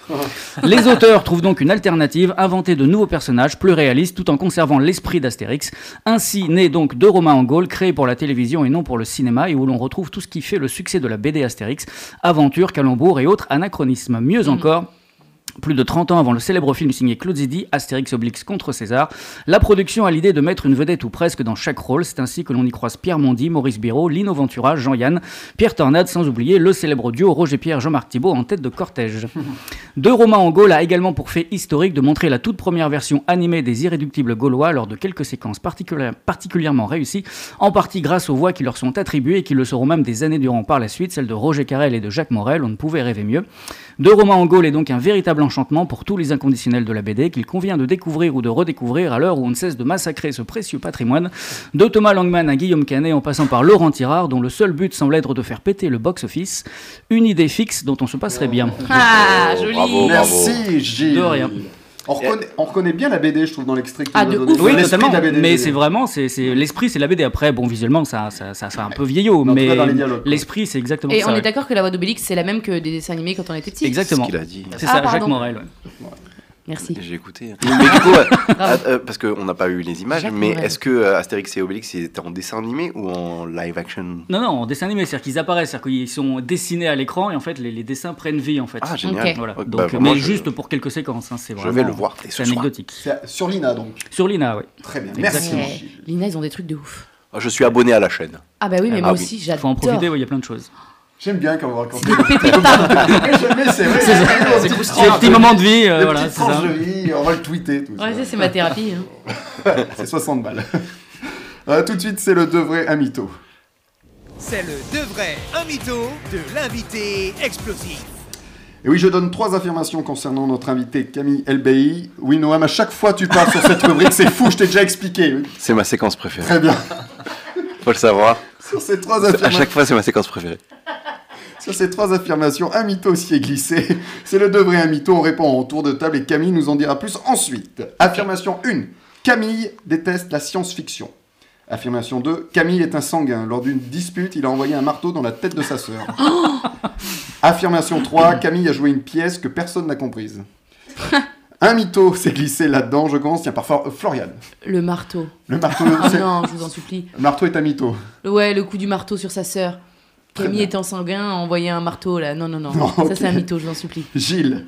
Speaker 5: Les auteurs trouvent donc une alternative, inventer de nouveaux personnages plus réalistes tout en conservant l'esprit d'Astérix. Ainsi naît donc deux romans en Gaule créés pour la télévision et non pour le cinéma et où l'on retrouve tout ce qui fait le succès de la BD Astérix, aventure, calembour et autres anachronismes. Mieux encore, plus de 30 ans avant le célèbre film signé Claude Zidi, Astérix Oblix contre César, la production a l'idée de mettre une vedette ou presque dans chaque rôle. C'est ainsi que l'on y croise Pierre Mondy, Maurice Biro, Lino Ventura, Jean-Yann, Pierre Tornade, sans oublier le célèbre duo Roger Pierre Jean-Marc Thibault en tête de cortège. Deux romans en Gaule a également pour fait historique de montrer la toute première version animée des Irréductibles Gaulois lors de quelques séquences particulières- particulièrement réussies, en partie grâce aux voix qui leur sont attribuées et qui le seront même des années durant par la suite, celles de Roger Carrel et de Jacques Morel, on ne pouvait rêver mieux. Deux romans en Gaule est donc un véritable enchantement pour tous les inconditionnels de la BD qu'il convient de découvrir ou de redécouvrir à l'heure où on ne cesse de massacrer ce précieux patrimoine, de Thomas Langman à Guillaume Canet en passant par Laurent Tirard dont le seul but semble être de faire péter le box-office, une idée fixe dont on se passerait bien.
Speaker 4: Ah, joli.
Speaker 2: Merci Gilles.
Speaker 5: De rien.
Speaker 2: On reconnaît, on reconnaît bien la BD, je trouve, dans l'extrait que tu nous as donné.
Speaker 5: Ah, Oui,
Speaker 2: L'esprit
Speaker 5: totalement.
Speaker 2: de la BD.
Speaker 5: Mais c'est vraiment, c'est c'est- l'esprit, c'est la BD. Après, bon, visuellement, ça, ça, ça, ça fait un peu vieillot,
Speaker 2: Mais en tout
Speaker 5: mais
Speaker 2: cas, dans les dialogues, quoi.
Speaker 5: l'esprit, c'est exactement
Speaker 4: Et
Speaker 5: ça.
Speaker 4: on
Speaker 5: ouais.
Speaker 4: est d'accord que la voix d'Obélix, c'est la même que des dessins animés quand on était petit.
Speaker 5: Exactement.
Speaker 3: C'est ce qu'il a dit.
Speaker 5: C'est
Speaker 4: Ah,
Speaker 5: ça,
Speaker 4: pardon.
Speaker 5: Jacques Morel. ouais.
Speaker 4: Merci.
Speaker 3: J'ai écouté. Mais du coup, ouais,
Speaker 4: Bravo.
Speaker 3: euh, parce qu'on n'a pas eu les images,
Speaker 4: Jacques
Speaker 3: mais
Speaker 4: Morel.
Speaker 3: est-ce que euh, Astérix et Obélix c'était en dessin animé ou en live action
Speaker 5: Non, non, en dessin animé, c'est-à-dire qu'ils apparaissent, c'est-à-dire qu'ils sont dessinés à l'écran et en fait, les, les dessins prennent vie, en fait.
Speaker 3: Ah, génial.
Speaker 4: Ok.
Speaker 5: Voilà.
Speaker 3: Ok,
Speaker 5: Donc,
Speaker 3: bah,
Speaker 5: mais
Speaker 3: moi, je-
Speaker 5: juste pour quelques séquences, hein, c'est
Speaker 3: Je
Speaker 5: vraiment.
Speaker 3: vais le voir dès ce
Speaker 5: C'est
Speaker 3: soir.
Speaker 5: anecdotique.
Speaker 2: C'est Sur Lina, donc.
Speaker 5: Sur Lina, oui.
Speaker 2: Très bien.
Speaker 5: Exactement.
Speaker 2: Merci
Speaker 4: Ouais.
Speaker 2: Gilles.
Speaker 4: Eh, Lina, ils ont des trucs de ouf.
Speaker 3: Ah, Je suis abonné à la chaîne.
Speaker 4: Ah bah oui, mais
Speaker 3: Ah
Speaker 4: moi
Speaker 3: oui.
Speaker 4: aussi, j'adore.
Speaker 5: Faut en profiter, ouais, il y a plein de choses.
Speaker 2: J'aime bien quand vous racontez. (laughs) Jamais, c'est vrai.
Speaker 5: (laughs)
Speaker 2: C'est
Speaker 5: Ces petits moments de vie, euh,
Speaker 2: Des
Speaker 5: voilà,
Speaker 2: petites
Speaker 5: c'est ça.
Speaker 2: tranches de vie, on va le tweeter. Tout
Speaker 4: Ouais,
Speaker 2: ça.
Speaker 4: ça, c'est ma thérapie. hein.
Speaker 2: C'est 60 balles. (laughs) Euh, tout de suite, c'est le de vrai à mytho.
Speaker 1: C'est le de vrai, un mytho de l'invité explosif.
Speaker 2: Et oui, je donne trois affirmations concernant notre invité Camille LBI. Oui, Noam, à chaque fois tu parles sur cette rubrique, c'est fou, je t'ai déjà expliqué. Oui,
Speaker 3: C'est ma séquence préférée.
Speaker 2: très bien.
Speaker 3: (laughs) Faut le savoir.
Speaker 2: Sur ces trois
Speaker 3: À
Speaker 2: affirmations,
Speaker 3: chaque fois, c'est ma séquence préférée.
Speaker 2: sur ces trois affirmations un mytho s'y est glissé. C'est le de vrai un mytho, on répond en tour de table et Camille nous en dira plus ensuite. Affirmation 1. Camille déteste la science-fiction. Affirmation 2. Camille est un sanguin. Lors d'une dispute, il a envoyé un marteau dans la tête de sa sœur.
Speaker 4: Oh
Speaker 2: Affirmation 3. Camille a joué une pièce que personne n'a comprise. Un mytho s'est glissé là-dedans. Je commence, tiens, par Flor- euh, Florian.
Speaker 4: Le marteau.
Speaker 2: Le marteau,
Speaker 4: Oh
Speaker 2: c'est-
Speaker 4: non, je vous en supplie.
Speaker 2: le marteau est un mytho.
Speaker 4: Ouais, le coup du marteau sur sa sœur.
Speaker 2: Très
Speaker 4: Camille
Speaker 2: bien.
Speaker 4: étant sanguin, a envoyé un marteau là. Non, non, non.
Speaker 2: Non,
Speaker 4: ça,
Speaker 2: ok.
Speaker 4: c'est un mytho, je vous en supplie.
Speaker 2: Gilles.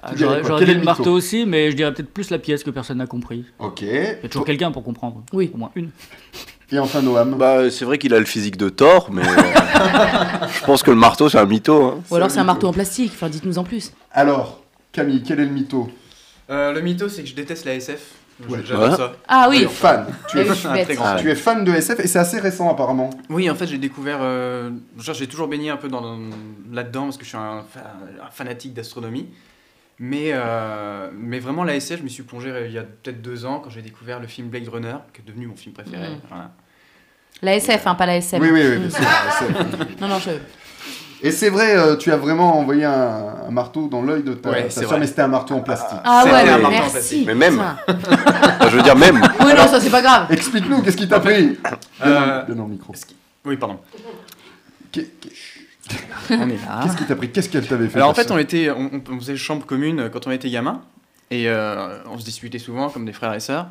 Speaker 5: Ah,
Speaker 2: Tu dirais
Speaker 5: J'aurais
Speaker 2: quoi
Speaker 5: j'aurais
Speaker 2: Quel
Speaker 5: dit
Speaker 2: est
Speaker 5: le
Speaker 2: le
Speaker 5: marteau
Speaker 2: mytho
Speaker 5: aussi, mais je dirais peut-être plus la pièce que personne n'a compris.
Speaker 2: Ok.
Speaker 5: Il y a toujours quelqu'un pour comprendre.
Speaker 4: Oui.
Speaker 5: Au moins une.
Speaker 2: Et enfin Noam.
Speaker 3: Bah, c'est vrai qu'il a le physique de Thor, mais
Speaker 2: (laughs)
Speaker 3: euh, je pense que le marteau, c'est un mytho. hein.
Speaker 4: Ou alors c'est un
Speaker 2: mytho.
Speaker 4: marteau en plastique. Enfin, dites-nous en plus.
Speaker 2: Alors, Camille, quel est le mytho
Speaker 6: Euh, le mytho, c'est que je déteste la SF. Donc,
Speaker 2: Ouais.
Speaker 6: J'adore
Speaker 3: Ouais.
Speaker 6: ça.
Speaker 4: Ah oui.
Speaker 2: Tu es fan. Tu
Speaker 4: Ah
Speaker 2: es,
Speaker 4: oui, je suis
Speaker 6: (laughs) Un
Speaker 4: bête.
Speaker 6: très grand.
Speaker 3: Ah ouais.
Speaker 2: tu es fan de SF et c'est assez récent apparemment.
Speaker 6: Oui, en fait, j'ai découvert. euh, genre, j'ai toujours baigné un peu dans, là-dedans parce que je suis un, fa- un fanatique d'astronomie. Mais, euh, mais vraiment, la SF, je me suis plongé euh, il y a peut-être deux ans quand j'ai découvert le film Blade Runner, qui est devenu mon film préféré.
Speaker 4: Mhm.
Speaker 6: Voilà.
Speaker 4: La SF, hein, pas la SM.
Speaker 2: Oui, oui, oui.
Speaker 4: Mm.
Speaker 2: mais c'est vrai, c'est-
Speaker 4: Non, non, je.
Speaker 2: Et c'est vrai, euh, tu as vraiment envoyé un, un marteau dans l'œil de ta,
Speaker 6: Ouais,
Speaker 2: ta
Speaker 6: c'est
Speaker 2: sœur,
Speaker 6: vrai.
Speaker 2: mais c'était un marteau en plastique.
Speaker 4: Ah
Speaker 6: C'est
Speaker 4: ouais,
Speaker 6: un
Speaker 4: mais
Speaker 6: marteau en
Speaker 4: merci.
Speaker 6: plastique.
Speaker 3: Mais même.
Speaker 4: putain.
Speaker 3: Enfin, je veux dire, même.
Speaker 4: Oui, non, ça c'est
Speaker 2: (laughs)
Speaker 4: pas grave.
Speaker 2: Explique-nous, qu'est-ce qui t'a pris
Speaker 6: Euh,
Speaker 2: Donne le micro.
Speaker 6: ce qui- Oui, pardon.
Speaker 2: Qu'est- qu'est-
Speaker 6: (laughs) On est
Speaker 4: Ah.
Speaker 6: là.
Speaker 2: Qu'est-ce qui t'a pris Qu'est-ce qu'elle t'avait fait
Speaker 6: Alors en
Speaker 2: ta
Speaker 6: fait, on, était, on, on- on faisait chambre commune euh, quand on était gamin. Et euh, on se disputait souvent comme des frères et sœurs.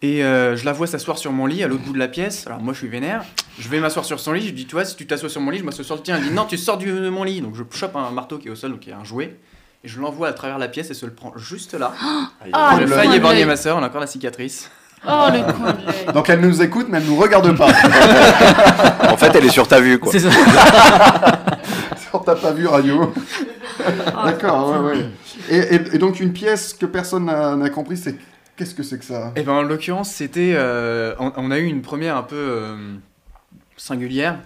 Speaker 6: Et euh, je la vois s'asseoir sur mon lit à l'autre bout de la pièce. Alors moi, je suis vénère. Je vais m'asseoir sur son lit. Je dis, tu vois, si tu t'assois sur mon lit, je m'assois sur le tien. Elle dit, non, tu sors du- de mon lit. Donc je chope un marteau qui est au sol, donc qui est un jouet. Et je l'envoie à travers la pièce et se le prend juste là.
Speaker 4: Ah,
Speaker 6: J'ai
Speaker 4: le
Speaker 6: failli
Speaker 4: coin de
Speaker 6: éborgner
Speaker 4: l'œil.
Speaker 6: ma sœur, on a encore la cicatrice.
Speaker 4: Oh, le coin de l'œil.
Speaker 2: sœur Donc elle nous écoute, mais
Speaker 6: (laughs)
Speaker 2: elle nous regarde pas.
Speaker 3: En fait, elle est sur ta vue, quoi.
Speaker 5: C'est ça.
Speaker 2: Genre, t'as pas vu Radio.
Speaker 6: Oh.
Speaker 2: D'accord, ouais, ouais. Et, et- et donc, une pièce que personne n'a n'a compris, c'est qu'est-ce que c'est que ça
Speaker 6: Et ben en l'occurrence, c'était. euh, on, on a eu une première un peu euh, singulière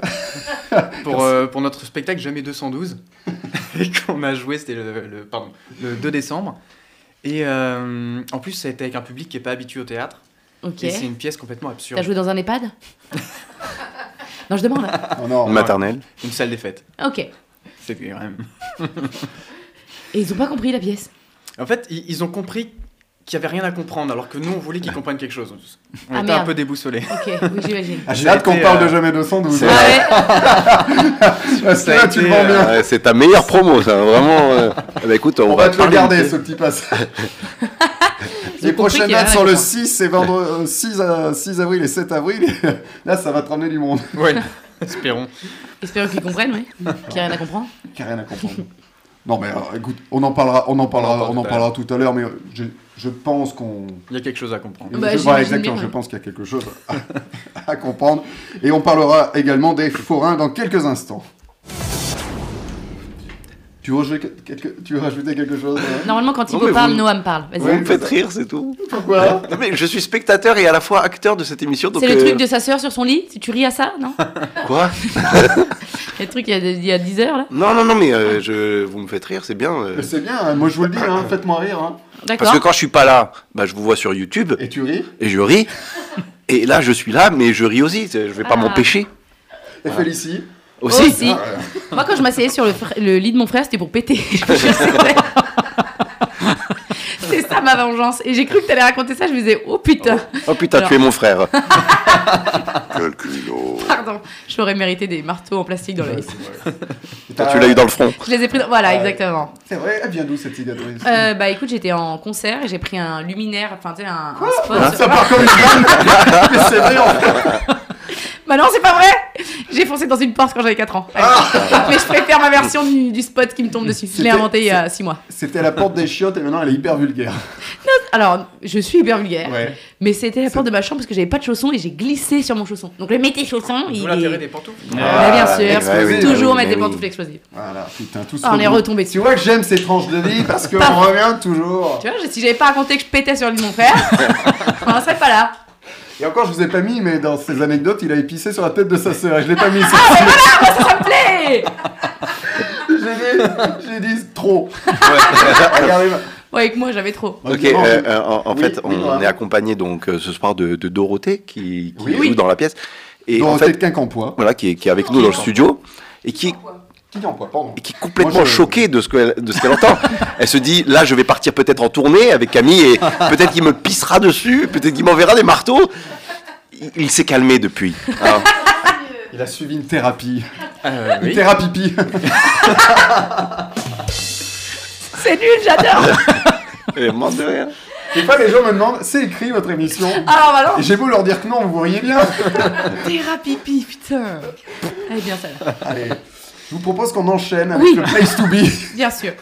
Speaker 6: pour, euh, pour notre spectacle Jamais 212. et qu'on a joué, c'était le, le- pardon, le 2 décembre. Et euh, en plus, ça a été avec un public qui n'est pas habitué au théâtre.
Speaker 4: Ok.
Speaker 6: Et c'est une pièce complètement absurde.
Speaker 4: T'as joué dans un EHPAD Non, je demande.
Speaker 2: Oh non.
Speaker 3: Maternelle.
Speaker 6: Une salle des fêtes.
Speaker 4: Ok.
Speaker 6: C'était quand même.
Speaker 4: Et ils ont pas compris la pièce.
Speaker 6: En fait, ils, ils ont compris qu'il n'y avait rien à comprendre, alors que nous, on voulait qu'ils comprennent quelque chose. On
Speaker 4: Ah,
Speaker 6: était un
Speaker 4: merde. (laughs)
Speaker 6: peu déboussolés.
Speaker 4: Ok, oui, j'imagine.
Speaker 2: Ah, J'ai
Speaker 6: Ça a
Speaker 2: hâte qu'on
Speaker 6: été,
Speaker 2: parle de
Speaker 6: euh,
Speaker 2: jamais 212.
Speaker 3: c'est-
Speaker 2: Ouais,
Speaker 4: Ouais,
Speaker 2: Parce que
Speaker 6: ça a
Speaker 2: là, tu le
Speaker 6: été,
Speaker 2: vends bien.
Speaker 3: Ouais, c'est ta meilleure promo, ça. Vraiment. euh. Eh ben, écoute, on,
Speaker 2: On va te
Speaker 3: te
Speaker 2: le
Speaker 3: parler
Speaker 2: garder,
Speaker 3: de-
Speaker 2: ce petit passage.
Speaker 4: J'ai
Speaker 2: Les
Speaker 4: compris
Speaker 2: prochaines
Speaker 4: qu'il y avait
Speaker 2: dates sont
Speaker 4: rien à
Speaker 2: le
Speaker 4: comprendre.
Speaker 2: 6 et vendre- euh, 6, à- 6 avril et 7 avril. (laughs) Là, ça va te ramener du monde.
Speaker 6: Ouais, espérons.
Speaker 4: Espérons qu'ils comprennent, oui. Qu'il n'y a rien à comprendre.
Speaker 2: Qui a rien à comprendre. (laughs) Non, mais alors, écoute, on en parlera, on en
Speaker 6: On en
Speaker 2: parlera,
Speaker 6: parle
Speaker 2: on en
Speaker 6: tout à
Speaker 2: parlera tout à l'heure, mais euh, je, je pense qu'on.
Speaker 6: Il y a quelque chose à comprendre.
Speaker 4: Bah,
Speaker 2: je,
Speaker 4: j'imagine
Speaker 2: exactement,
Speaker 4: bien,
Speaker 2: je
Speaker 4: ouais.
Speaker 2: pense qu'il y a quelque chose à, (laughs) à comprendre. Et on parlera également des forains dans quelques instants. Tu veux, rajouter quelque, tu veux rajouter quelque chose euh
Speaker 4: Normalement, quand
Speaker 3: Non,
Speaker 4: Thibaut
Speaker 3: mais
Speaker 4: parle,
Speaker 3: vous-
Speaker 4: Noam parle. Vas-y.
Speaker 3: Vous me faites rire, c'est tout.
Speaker 2: Pourquoi
Speaker 3: Non, mais je suis spectateur et à la fois acteur de cette émission. donc,
Speaker 4: C'est le
Speaker 3: euh,
Speaker 4: truc de sa sœur sur son lit Tu ris à ça,
Speaker 3: (laughs)
Speaker 4: non
Speaker 3: Quoi
Speaker 4: Le truc il y a- il y a 10 heures, là
Speaker 3: Non, non, non, mais euh, je... vous me faites rire, c'est bien. euh.
Speaker 2: Mais C'est bien, hein, moi je vous le dis, hein, faites-moi rire. hein.
Speaker 4: D'accord.
Speaker 3: Parce que quand je suis pas là, bah, je vous vois sur YouTube
Speaker 2: Et tu ris.
Speaker 3: et je ris. Et là, je suis là, mais je ris aussi. Je vais pas
Speaker 4: Ah.
Speaker 3: m'empêcher.
Speaker 2: Et Félicie.
Speaker 3: Aussi. Ah.
Speaker 4: Aussi. Moi, quand je m'asseyais sur le, fr- le lit de mon frère, c'était pour péter. (laughs) Je vous jure,
Speaker 3: (laughs)
Speaker 4: c'est vrai. C'est ça ma vengeance. Et j'ai cru que t'allais raconter ça, je me disais, oh putain,
Speaker 3: Oh putain,
Speaker 4: Alors.
Speaker 3: tu es mon frère. (laughs) Quel culot.
Speaker 4: (laughs) pardon, je l'aurais mérité des marteaux en plastique
Speaker 3: (laughs)
Speaker 4: dans l'œil.
Speaker 3: Putain, tu l'as eu dans le front.
Speaker 4: Je les ai pris. dans- Voilà,
Speaker 2: Ouais.
Speaker 4: exactement.
Speaker 2: C'est vrai, elle vient d'où cette cicatrice
Speaker 4: Euh, bah écoute, j'étais en concert et j'ai pris un luminaire, enfin tu sais, un, un spot.
Speaker 3: Ah, Hein?
Speaker 4: sur-
Speaker 2: Ça part comme une vanne, (laughs) mais c'est vrai en fait.
Speaker 4: Bah non, c'est pas vrai J'ai foncé dans une porte quand j'avais 4 ans.
Speaker 3: Ah.
Speaker 4: Mais je préfère ma version du, du spot qui me tombe dessus. Je
Speaker 2: C'était-
Speaker 4: l'ai inventé il y a 6 mois.
Speaker 2: C'était la porte des chiottes et maintenant elle est hyper vulgaire.
Speaker 4: Alors, je suis hyper vulgaire,
Speaker 2: Ouais.
Speaker 4: mais c'était la porte de ma chambre parce que j'avais pas de chaussons et j'ai glissé sur mon chausson. Donc le mettre tes chaussons, il
Speaker 6: D'où
Speaker 4: est...
Speaker 6: l'intérêt des pantoufles.
Speaker 4: Bah, bien sûr,
Speaker 2: explosif.
Speaker 4: c'est
Speaker 3: Ah
Speaker 4: toujours
Speaker 3: oui,
Speaker 4: mettre des
Speaker 3: mais oui.
Speaker 4: pantoufles explosives.
Speaker 2: Ah, Voilà, putain, tout se
Speaker 4: Ah, on est
Speaker 2: regroupe.
Speaker 4: retombé
Speaker 2: Tu
Speaker 4: dessus.
Speaker 2: vois que j'aime ces tranches de vie parce qu'on revient toujours.
Speaker 4: Tu vois, je- si j'avais pas raconté que je pétais sur le lit de mon frère, on en serait pas là.
Speaker 2: Et encore, je vous ai pas mis, mais dans ces anecdotes, il a épicé sur la tête de sa sœur. Et je l'ai pas mis. ça.
Speaker 4: Ah Ça me plaît
Speaker 2: (laughs) J'ai dit, j'ai dit trop. (laughs) Regardez.
Speaker 4: Ouais, avec moi j'avais trop.
Speaker 3: Ok,
Speaker 2: Évidemment,
Speaker 3: euh,
Speaker 2: j'ai-
Speaker 3: euh, en, en
Speaker 2: Oui,
Speaker 3: fait,
Speaker 2: oui,
Speaker 3: on
Speaker 2: voilà.
Speaker 3: est accompagné donc euh, ce soir de, de Dorothée qui, qui
Speaker 2: Oui.
Speaker 3: joue
Speaker 4: Oui.
Speaker 3: dans la pièce et en
Speaker 2: Dorothée
Speaker 3: fait
Speaker 2: de Quincampoix.
Speaker 3: voilà qui est, qui est avec nous dans le studio et qui est,
Speaker 2: Quincampoix, pardon.
Speaker 3: qui est complètement
Speaker 2: Moi, je-
Speaker 3: choquée de ce qu'elle de ce
Speaker 2: (laughs)
Speaker 3: qu'elle entend. Elle se dit là je vais partir peut-être en tournée avec Camille et peut-être qu'il me pissera dessus, peut-être qu'il m'enverra des marteaux. Il, il s'est
Speaker 2: (laughs)
Speaker 3: calmé depuis. hein.
Speaker 2: Il a suivi une thérapie.
Speaker 6: Euh,
Speaker 2: Une
Speaker 6: oui.
Speaker 2: thérapie pipi.
Speaker 4: C'est nul, j'adore
Speaker 3: Et mort de rire.
Speaker 2: Des fois, les gens me demandent, c'est écrit votre émission
Speaker 4: Alors bah
Speaker 2: Et j'ai beau leur dire que non, vous riez bien.
Speaker 4: non Thérapie, putain Elle est bien ça,
Speaker 2: Allez, je vous propose qu'on enchaîne avec
Speaker 4: Oui.
Speaker 2: le place to be.
Speaker 4: bien sûr.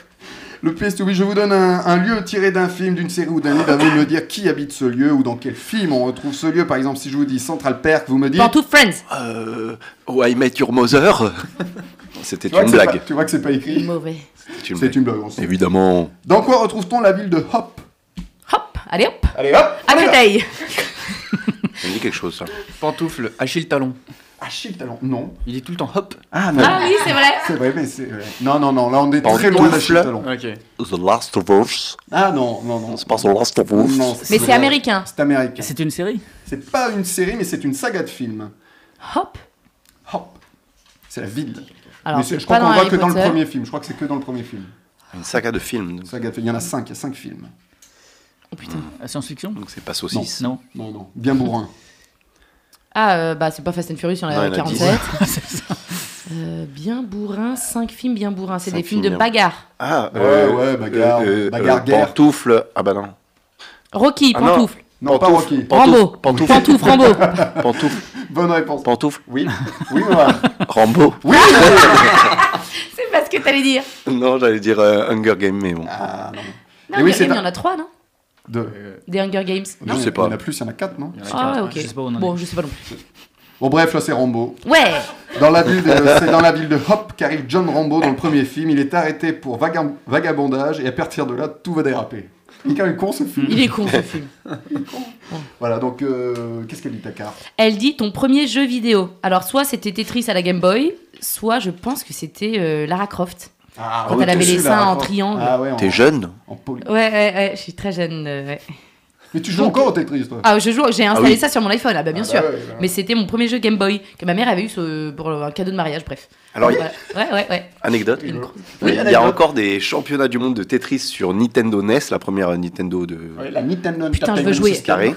Speaker 2: Le place to be, je vous donne un, un lieu tiré d'un film, d'une série ou d'un livre. À vous de me dire qui habite ce lieu ou dans quel film on retrouve ce lieu. Par exemple, si je vous dis Central Perk, vous me dites.
Speaker 4: Dans toute Friends
Speaker 3: Euh, oh, I met your mother. (laughs) C'était
Speaker 2: Tu vois,
Speaker 3: une
Speaker 2: que c'est
Speaker 3: blague.
Speaker 2: pas- tu vois que c'est pas écrit.
Speaker 4: Mauvais.
Speaker 3: C'était une
Speaker 2: C'est
Speaker 3: blague.
Speaker 2: une blague. on sait.
Speaker 3: Évidemment.
Speaker 2: Dans quoi retrouve-t-on la ville de Hop
Speaker 4: Hop, allez hop
Speaker 2: Allez hop
Speaker 4: À Créteil
Speaker 3: Ça me dit quelque chose ça.
Speaker 6: Pantoufle, Achille Talon.
Speaker 2: Ah shit, talent. Non.
Speaker 6: Il dit tout le temps hop.
Speaker 2: Ah non.
Speaker 4: Ah oui, c'est vrai
Speaker 2: C'est vrai, mais c'est. ouais. Non, non, non, là on est
Speaker 3: Pantoufle.
Speaker 2: très loin d'Achille Talon.
Speaker 6: Ok.
Speaker 3: The Last of Us.
Speaker 2: Ah non, non, non.
Speaker 3: C'est pas The Last of Us.
Speaker 2: Non,
Speaker 4: Mais c'est américain.
Speaker 2: C'est américain.
Speaker 5: C'est une série
Speaker 2: C'est pas une série, mais c'est une saga de films.
Speaker 4: Hop
Speaker 2: Hop. C'est la ville.
Speaker 4: Alors,
Speaker 2: Mais c'est- je crois
Speaker 4: pas
Speaker 2: qu'on
Speaker 4: dans
Speaker 2: voit
Speaker 4: Harry
Speaker 2: que dans le
Speaker 4: Potter.
Speaker 2: premier film. Je crois que c'est que dans le premier film.
Speaker 3: Une saga de films. donc-
Speaker 2: Ça, gaffe, il y en a 5, il y a 5 films.
Speaker 4: Oh putain.
Speaker 5: La Science-fiction
Speaker 3: Donc c'est pas saucisse.
Speaker 5: (laughs) Non.
Speaker 2: Non, non. Bien bourrin.
Speaker 4: Ah, euh, bah c'est pas Fast and Furious, il y en
Speaker 3: Non, il
Speaker 4: a
Speaker 3: y en a
Speaker 4: 47.
Speaker 5: Ah,
Speaker 4: Euh, bien bourrin, 5 films bien bourrin. C'est
Speaker 3: Cinq
Speaker 4: des
Speaker 3: films
Speaker 4: films de
Speaker 3: bien-
Speaker 4: bagarre.
Speaker 3: Ah,
Speaker 2: Ouais, ouais, bagarre, bagarre, guerre.
Speaker 3: euh, Pantoufle, ah bah non.
Speaker 4: Rocky,
Speaker 3: Ah non.
Speaker 4: pantoufle.
Speaker 2: Non, pas
Speaker 3: Pantoufle,
Speaker 2: Rocky.
Speaker 4: Rambo.
Speaker 3: Pantoufle, pantoufle,
Speaker 4: Pantoufle, Rambo.
Speaker 3: (laughs)
Speaker 4: (laughs)
Speaker 3: pantoufle,
Speaker 2: Bonne réponse.
Speaker 3: pantoufle,
Speaker 2: Oui. Oui, voilà.
Speaker 3: Rambo.
Speaker 2: Oui
Speaker 4: C'est pas ce que t'allais dire.
Speaker 3: Non, j'allais dire euh, Hunger Games, mais bon.
Speaker 2: Ah, non.
Speaker 4: Non,
Speaker 2: Et
Speaker 4: Hunger
Speaker 2: oui, c'est
Speaker 4: Games, il y en
Speaker 2: dans...
Speaker 4: a 3, non
Speaker 2: Deux.
Speaker 6: Euh,
Speaker 4: Des Hunger Games.
Speaker 3: Je sais
Speaker 2: Il y en
Speaker 3: pas.
Speaker 2: a plus, il y en a 4, non
Speaker 6: il y en a
Speaker 4: Ah ouais,
Speaker 6: quatre.
Speaker 4: ok.
Speaker 5: Je sais pas où on en est.
Speaker 4: bon, je sais pas non plus.
Speaker 2: Bon, bref, là, c'est Rambo.
Speaker 4: Ouais.
Speaker 2: Dans la ville de- c'est dans la ville de Hop qu'arrive John Rambo dans le premier film. Il est arrêté pour vaga- vagabondage et à partir de là, tout va déraper. Il est quand même con ce film.
Speaker 4: Il est con,
Speaker 3: (laughs)
Speaker 4: ce film.
Speaker 2: Voilà, donc euh, qu'est-ce qu'elle dit ta carte
Speaker 4: Elle dit ton premier jeu vidéo. Alors, soit c'était Tetris à la Game Boy, soit je pense que c'était euh, Lara Croft.
Speaker 2: Ah,
Speaker 4: Quand
Speaker 2: ouais,
Speaker 4: elle avait
Speaker 2: t'es
Speaker 4: les
Speaker 2: sûr,
Speaker 4: seins
Speaker 2: là,
Speaker 4: en
Speaker 2: encore.
Speaker 4: triangle.
Speaker 2: Ah ouais, en-
Speaker 3: T'es jeune
Speaker 2: en poly-
Speaker 4: Ouais, ouais, ouais, je suis très jeune. euh, ouais.
Speaker 2: Mais tu joues encore au Tetris, toi
Speaker 4: Ah, je joue, j'ai installé
Speaker 3: oui.
Speaker 4: ça sur mon iPhone, ah bah bien
Speaker 2: Ah,
Speaker 4: sûr.
Speaker 2: bah ouais, bah ouais.
Speaker 4: Mais c'était mon premier jeu Game Boy que ma mère avait eu ce- pour un cadeau de mariage, bref.
Speaker 3: Alors, il y a-
Speaker 4: Voilà. Ouais, ouais, ouais.
Speaker 3: anecdote.
Speaker 4: Une grosse-
Speaker 3: Il y a encore des championnats du monde de Tetris sur Nintendo NES, la première Nintendo de
Speaker 2: Ouais, La Nintendo
Speaker 4: Putain, je veux
Speaker 2: Entertainment
Speaker 4: jouer.
Speaker 2: System.
Speaker 3: carré.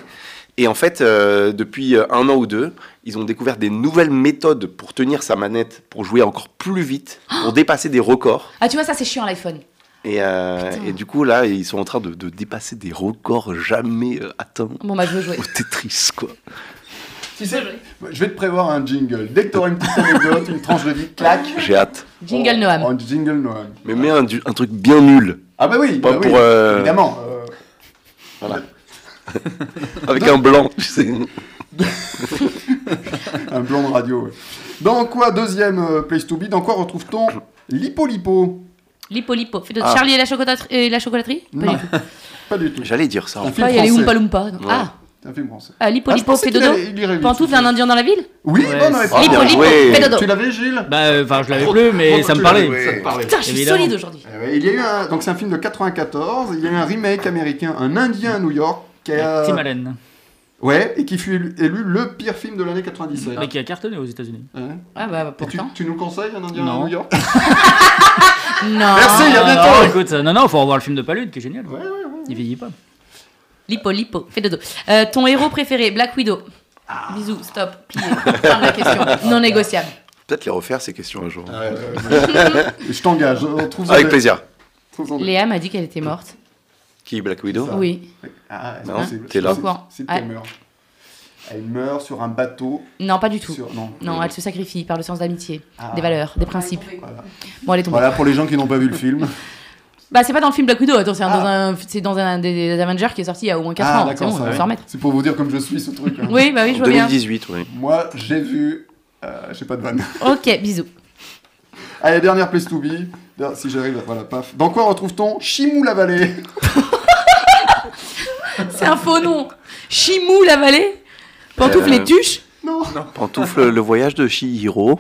Speaker 3: Et en fait, euh, depuis euh, un an ou deux, ils ont découvert des nouvelles méthodes pour tenir sa manette, pour jouer encore plus vite, pour dépasser des records.
Speaker 4: Ah, tu vois, ça c'est chiant l'iPhone.
Speaker 3: Et, euh,
Speaker 4: Putain.
Speaker 3: et du coup, là, ils sont en train de, de dépasser des records jamais euh, atteints
Speaker 4: Bon, bah je
Speaker 2: (laughs)
Speaker 4: veux jouer.
Speaker 3: au Tetris, quoi.
Speaker 2: Tu sais, je vais te prévoir un jingle. Dès que t'auras une petite anecdote, une tranche de vie, clac.
Speaker 3: J'ai hâte.
Speaker 4: Jingle
Speaker 2: Oh,
Speaker 4: Noam.
Speaker 2: Un jingle Noam.
Speaker 3: Mais mets un, du- un truc bien nul,
Speaker 2: Ah bah oui,
Speaker 3: Pas
Speaker 2: bah oui,
Speaker 3: pour, euh,
Speaker 2: évidemment. euh,
Speaker 3: avec un blanc, tu sais.
Speaker 2: un blanc de radio. ouais. Dans quoi, deuxième euh, place to be, dans quoi retrouve-t-on Lipo Lipo
Speaker 4: Lipo Lipo. Fais de-
Speaker 3: Ah.
Speaker 4: Charlie et la, chocolaterie- et la chocolaterie Pas
Speaker 2: Non,
Speaker 4: du tout.
Speaker 2: (laughs) pas du tout.
Speaker 3: (laughs) J'allais dire ça.
Speaker 2: Un
Speaker 3: en fait.
Speaker 2: film
Speaker 4: Ah, il y a les
Speaker 2: français.
Speaker 4: Oompa Loompa. non.
Speaker 3: Ouais.
Speaker 4: Ah,
Speaker 2: C'est un film français.
Speaker 4: euh, Lipo
Speaker 2: Ah, je
Speaker 4: Lipo,
Speaker 2: pensais
Speaker 4: fais
Speaker 2: qu'il
Speaker 4: dodo.
Speaker 2: allait- il irait vite.
Speaker 4: Pantoufle d'un indien dans la ville
Speaker 2: Oui,
Speaker 5: Ouais,
Speaker 2: bonne réponse.
Speaker 4: Lipo
Speaker 3: bien
Speaker 4: Lipo,
Speaker 3: joué.
Speaker 4: fais dodo.
Speaker 2: Tu l'avais, Gilles
Speaker 5: Bah, enfin, je l'avais plus, mais ça me parlait.
Speaker 2: Ça te parlait.
Speaker 4: Putain, je suis
Speaker 5: Évidemment.
Speaker 4: solide aujourd'hui.
Speaker 2: Eh ouais, il y a eu un... Donc c'est un film de 94, il y a eu un remake américain, un Indien à New York, qui a...
Speaker 5: Tim Allen,
Speaker 2: Ouais, et qui fut élu, élu le pire film de l'année 97.
Speaker 5: mais qui a cartonné aux États-Unis.
Speaker 2: Hein
Speaker 4: Ah, bah
Speaker 2: Et tu,
Speaker 4: pourtant.
Speaker 2: tu nous le conseilles, un Indien à
Speaker 5: Non.
Speaker 2: New York
Speaker 4: Non.
Speaker 2: Merci, il y a
Speaker 5: Ah,
Speaker 2: bien
Speaker 5: non,
Speaker 2: tort.
Speaker 5: écoute, non, non, faut revoir le film de Palude, qui est génial.
Speaker 2: Ouais, ouais, ouais.
Speaker 5: Il vieillit pas.
Speaker 4: Lipo Lipo, fais dodo. Euh, ton héros préféré, Black Widow.
Speaker 2: Ah.
Speaker 4: Bisous, stop, plié. Fin de
Speaker 2: (laughs)
Speaker 4: la question. Non négociable.
Speaker 3: Peut-être les refaire ces questions un jour.
Speaker 2: Euh, (laughs) je t'engage, on trouve ça
Speaker 3: Avec
Speaker 2: des-
Speaker 3: plaisir.
Speaker 2: trouve-en des-
Speaker 4: Léa m'a dit qu'elle était morte.
Speaker 3: Qui Black Widow
Speaker 2: Ça.
Speaker 4: Oui.
Speaker 2: Ah, est-ce
Speaker 3: Non,
Speaker 2: que c'est-
Speaker 3: t'es là.
Speaker 2: c'est- C'est le
Speaker 4: Ouais.
Speaker 2: timer. Elle meurt sur un bateau.
Speaker 4: Non, pas du tout.
Speaker 2: Sur... Non.
Speaker 4: Non, elle se sacrifie par le sens d'amitié,
Speaker 2: Ah.
Speaker 4: des valeurs, des principes. Bon, elle est tombée.
Speaker 2: Voilà pour les gens qui n'ont pas vu le film.
Speaker 4: Bah, c'est pas dans le film Black Widow, attends, c'est un-
Speaker 2: Ah.
Speaker 4: dans un, c'est dans un des, des Avengers qui est sorti il y a au moins 4
Speaker 2: ah,
Speaker 4: ans. C'est
Speaker 2: d'accord,
Speaker 4: bon,
Speaker 2: ça
Speaker 4: on va
Speaker 2: va.
Speaker 4: s'en remettre.
Speaker 2: C'est pour vous dire comme je suis ce truc. hein.
Speaker 4: Oui, bah oui, je vois bien.
Speaker 3: 2018, oui.
Speaker 2: Moi, j'ai vu. Euh, j'ai pas de vanne.
Speaker 4: Ok, bisous.
Speaker 2: Allez, dernière place to be. Non, Si j'arrive, voilà, paf. Dans quoi retrouve-t-on Chimou la vallée
Speaker 4: C'est un faux nom. Chimou la vallée Pantoufle
Speaker 3: Euh.
Speaker 4: les tuches
Speaker 2: Non.
Speaker 3: Pantoufle, le voyage de Shihiro.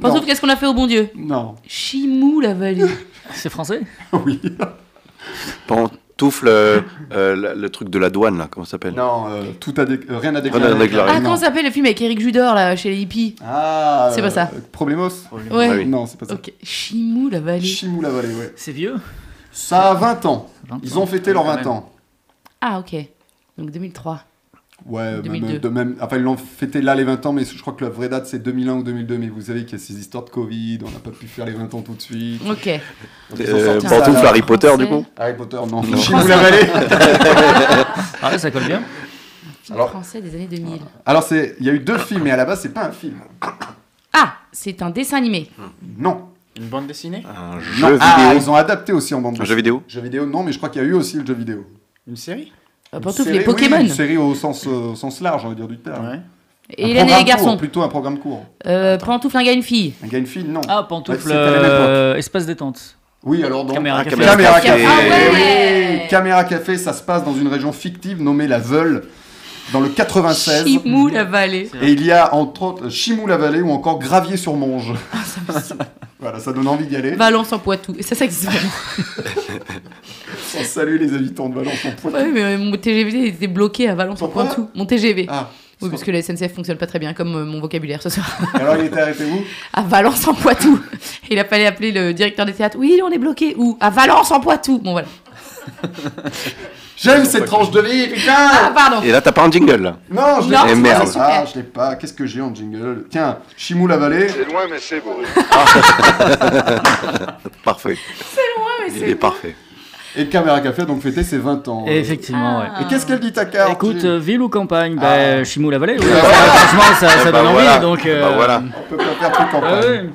Speaker 4: Pantoufle, qu'est-ce qu'on a fait au bon Dieu
Speaker 2: (laughs) Non.
Speaker 4: Chimou Ah, la
Speaker 2: Ah,
Speaker 4: vallée.
Speaker 5: C'est français
Speaker 2: Oui.
Speaker 3: Pantoufle, euh, euh, le, le truc de la douane, là, comment ça s'appelle
Speaker 2: Non, euh, tout à dé- euh, rien à déclarer.
Speaker 3: Rien à déclarer.
Speaker 4: Ah,
Speaker 2: Non.
Speaker 4: comment s'appelle le film avec Eric Judor là, chez les hippies
Speaker 2: Ah,
Speaker 4: C'est pas ça.
Speaker 2: euh, Problemos
Speaker 4: Ouais.
Speaker 3: Ah oui.
Speaker 2: Non, c'est pas ça.
Speaker 4: Ok, Chimou la vallée.
Speaker 2: Chimou la vallée, ouais.
Speaker 5: C'est vieux
Speaker 2: Ça a 20 ans.
Speaker 5: 20
Speaker 2: Ils ont fêté
Speaker 6: Ouais,
Speaker 2: leurs
Speaker 6: quand
Speaker 2: 20
Speaker 6: même.
Speaker 2: ans.
Speaker 4: Ah, ok. Donc 2003.
Speaker 2: Ouais, même,
Speaker 4: 2002.
Speaker 2: de même, enfin, ils l'ont fêté là les 20 ans, mais je crois que la vraie date c'est 2001 ou 2002. Mais vous savez qu'il y a ces histoires de Covid, on n'a pas pu faire les 20 ans tout de suite.
Speaker 4: Ok.
Speaker 2: Donc, ils ont
Speaker 3: Euh,
Speaker 2: sorti ça,
Speaker 3: Pantoufle,
Speaker 2: là.
Speaker 3: Harry Potter, du
Speaker 4: Français.
Speaker 3: coup
Speaker 2: Harry Potter, non. Chimou la vallée.
Speaker 5: Ah, ça colle bien.
Speaker 4: Film
Speaker 2: Alors-
Speaker 4: français des années 2000.
Speaker 2: Alors, c'est- il y a eu deux films, mais à la base, c'est pas un film.
Speaker 4: Ah, c'est un dessin animé.
Speaker 2: Non.
Speaker 6: Une bande dessinée
Speaker 3: Un
Speaker 2: Non.
Speaker 3: jeu
Speaker 2: Ah,
Speaker 3: vidéo.
Speaker 2: ils ont adapté aussi en bande
Speaker 3: Un jeu vidéo
Speaker 2: Jeu vidéo, non, mais je crois qu'il y a eu aussi le jeu vidéo.
Speaker 6: Une série
Speaker 4: Euh,
Speaker 2: Une
Speaker 4: Pantoufle
Speaker 2: série-
Speaker 4: les Pokémon.
Speaker 2: oui, une série au sens, euh, au sens large, on va dire du terme.
Speaker 6: Ouais.
Speaker 2: Un
Speaker 4: et l'année
Speaker 2: programme
Speaker 4: des
Speaker 2: court,
Speaker 4: garçons.
Speaker 2: Plutôt un programme court.
Speaker 4: Euh, Pantoufle un gars une fille.
Speaker 2: Un gars, une fille, non.
Speaker 5: Ah,
Speaker 2: Ouais,
Speaker 5: pantoufle,
Speaker 2: c'était à la même époque.
Speaker 5: euh, espace détente.
Speaker 2: Oui, alors non.
Speaker 5: Caméra
Speaker 3: Ah,
Speaker 5: café.
Speaker 3: caméra
Speaker 2: Caméra
Speaker 3: café.
Speaker 2: Café.
Speaker 4: Ah
Speaker 2: Oui,
Speaker 4: ouais
Speaker 2: Caméra Café, ça se passe dans une région fictive nommée la Veule, dans le 96.
Speaker 4: Chimou la vallée.
Speaker 2: Et il y a entre autres Chimou-la-Vallée ou encore Gravier-sur-Monge.
Speaker 4: Ah,
Speaker 2: (laughs) voilà, ça donne envie d'y aller.
Speaker 4: Valence en Poitou. Et ça, ça existe vraiment.
Speaker 2: On salue les habitants de Valence en Poitou.
Speaker 4: (laughs) Ouais, mais euh, mon TGV était bloqué à Valence en
Speaker 2: Pourquoi
Speaker 4: Poitou. Mon TGV.
Speaker 2: Ah,
Speaker 4: oui, parce que la SNCF fonctionne pas très bien, comme euh, mon vocabulaire ce soir.
Speaker 2: alors il était arrêté où
Speaker 4: À Valence en Poitou. (laughs) Et il a fallu appeler le directeur des théâtres. Oui, on est bloqué. Où À Valence en Poitou. Bon, voilà.
Speaker 2: J'aime cette tranche de vie,
Speaker 4: Ah,
Speaker 2: putain
Speaker 4: pardon.
Speaker 3: Et là, t'as pas un jingle là.
Speaker 2: Non, je l'ai
Speaker 4: Non,
Speaker 2: pas.
Speaker 3: Eh merde.
Speaker 4: super.
Speaker 2: Ah, je l'ai pas. Qu'est-ce que j'ai en jingle Tiens, Chimou-la-Vallée.
Speaker 9: loin, mais c'est beau.
Speaker 3: Parfait.
Speaker 4: Ouais, Ah, mais
Speaker 3: Il
Speaker 4: c'est-
Speaker 3: est parfait.
Speaker 2: Et Caméra Café, donc fêté ses 20 ans.
Speaker 5: Et Effectivement, ouais.
Speaker 2: Et qu'est-ce qu'elle dit ta carte
Speaker 5: Écoute,
Speaker 2: Gilles
Speaker 5: euh, ville ou campagne Bah,
Speaker 2: Ah. bah
Speaker 5: Chimou la vallée. oui. Franchement, ça, Ah, ça
Speaker 3: Eh ben
Speaker 5: donne envie,
Speaker 3: voilà.
Speaker 5: donc.
Speaker 3: Eh ben
Speaker 5: euh,
Speaker 3: voilà.
Speaker 2: On peut pas faire plus
Speaker 5: Ah
Speaker 2: campagne.
Speaker 5: ouais.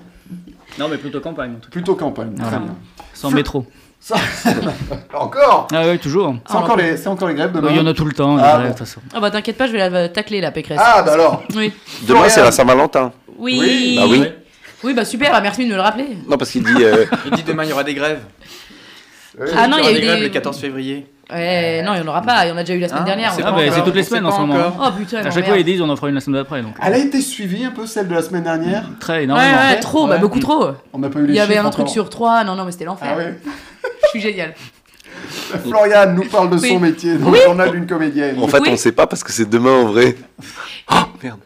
Speaker 5: Non, mais plutôt campagne en tout cas.
Speaker 2: Plutôt campagne, très
Speaker 5: Voilà.
Speaker 2: bien.
Speaker 5: Sans métro.
Speaker 2: Ça- encore
Speaker 5: Ah oui, toujours.
Speaker 2: C'est encore, les- c'est encore les grèves demain
Speaker 5: Il y en a tout le temps,
Speaker 2: Ah,
Speaker 5: ouais, de
Speaker 2: bon.
Speaker 5: toute façon.
Speaker 4: Ah bah t'inquiète pas, je vais la tacler la pécresse.
Speaker 2: Ah, bah alors
Speaker 4: Oui.
Speaker 3: Demain, c'est la Saint-Valentin.
Speaker 4: Oui.
Speaker 3: Oui. Bah oui.
Speaker 4: Oui, bah super, bah merci de me le rappeler.
Speaker 3: Non, parce qu'il dit. (laughs) euh,
Speaker 6: Il dit demain, il y aura des grèves.
Speaker 4: Ah non, il y a
Speaker 6: aura
Speaker 4: eu
Speaker 6: des grèves
Speaker 4: des-
Speaker 6: le 14 février.
Speaker 4: Ouais, non, il n'y en aura pas, il y en a déjà eu la semaine
Speaker 6: Hein
Speaker 4: dernière.
Speaker 6: C'est
Speaker 4: on
Speaker 5: Ah,
Speaker 4: en
Speaker 6: pas
Speaker 5: bah,
Speaker 4: parle.
Speaker 5: c'est
Speaker 6: encore,
Speaker 5: toutes les
Speaker 6: on
Speaker 5: semaines
Speaker 6: sait
Speaker 5: en
Speaker 6: pas
Speaker 5: ce moment.
Speaker 6: encore.
Speaker 4: Oh putain,
Speaker 5: À chaque fois, ils disent on en fera une la semaine d'après. Donc,
Speaker 2: Elle a été suivie un peu celle de la semaine dernière
Speaker 5: très
Speaker 4: Ouais,
Speaker 5: énormément.
Speaker 4: ouais, trop, bah
Speaker 6: Ouais.
Speaker 4: beaucoup trop.
Speaker 2: On n'a pas eu les
Speaker 4: Il y avait
Speaker 2: chiffres
Speaker 4: un truc
Speaker 2: encore.
Speaker 4: sur trois, non, non, mais c'était l'enfer.
Speaker 2: Ah ouais. (laughs)
Speaker 4: Je suis génial.
Speaker 2: Florian nous parle de son
Speaker 4: Oui.
Speaker 2: métier dans le journal d'une comédienne.
Speaker 3: en fait,
Speaker 4: Oui.
Speaker 3: on sait pas parce que c'est demain en vrai. (laughs) Ah, merde.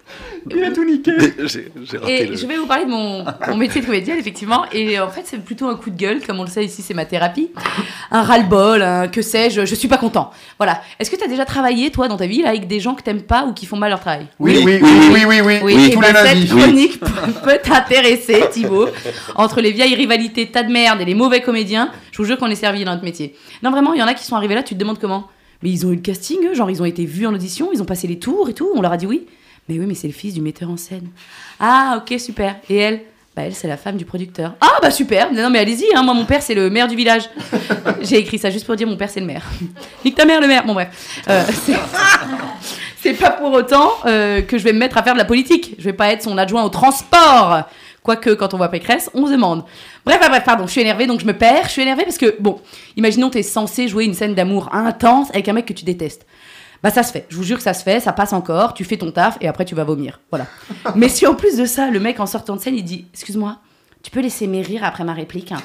Speaker 2: Il a tout niqué.
Speaker 3: J'ai j'ai raté.
Speaker 4: Et
Speaker 3: le-
Speaker 4: je vais vous parler de mon, mon métier de comédienne, effectivement. Et euh, en fait, c'est plutôt un coup de gueule, comme on le sait ici, c'est ma thérapie. Un ras-le-bol, un que sais-je, je suis pas content. Voilà. Est-ce que t'as déjà travaillé, toi, dans ta vie, là, avec des gens que t'aimes pas ou qui font mal leur travail
Speaker 2: Oui, oui,
Speaker 3: Oui,
Speaker 2: oui, oui, oui, oui,
Speaker 4: Oui, et
Speaker 2: tous
Speaker 4: ben,
Speaker 2: les
Speaker 4: cette
Speaker 2: lundis.
Speaker 4: chronique (laughs) peut t'intéresser, Thibaut. Entre les vieilles rivalités, tas de merde et les mauvais comédiens, je vous jure qu'on est servi dans notre métier. Non, vraiment, il y en a qui sont arrivés là, tu te demandes comment. Mais ils ont eu le casting, eux, genre ils ont été vus en audition, ils ont passé les tours et tout, on leur a dit oui. Mais oui, mais c'est le fils du metteur en scène. Ah, ok, super. Et elle bah elle, c'est la femme du producteur. Ah bah super Non mais allez-y, hein, moi mon père c'est le maire du village. J'ai écrit ça juste pour dire mon père c'est le maire. (laughs) Nique ta mère le maire Bon bref. Euh, c'est- c'est pas pour autant euh, que je vais me mettre à faire de la politique. Je vais pas être son adjoint au transport. Quoique, quand on voit Pécresse, on se demande. Bref, bref, bref, pardon, je suis énervée, donc je me perds. Je suis énervée parce que, bon, imaginons t'es censé jouer une scène d'amour intense avec un mec que tu détestes. Bah ça se fait, je vous jure que ça se fait, ça passe encore, tu fais ton taf et après tu vas vomir. Voilà. Mais si en plus de ça, le mec en sortant de scène, il dit Excuse-moi, tu peux laisser mes rires après ma réplique hein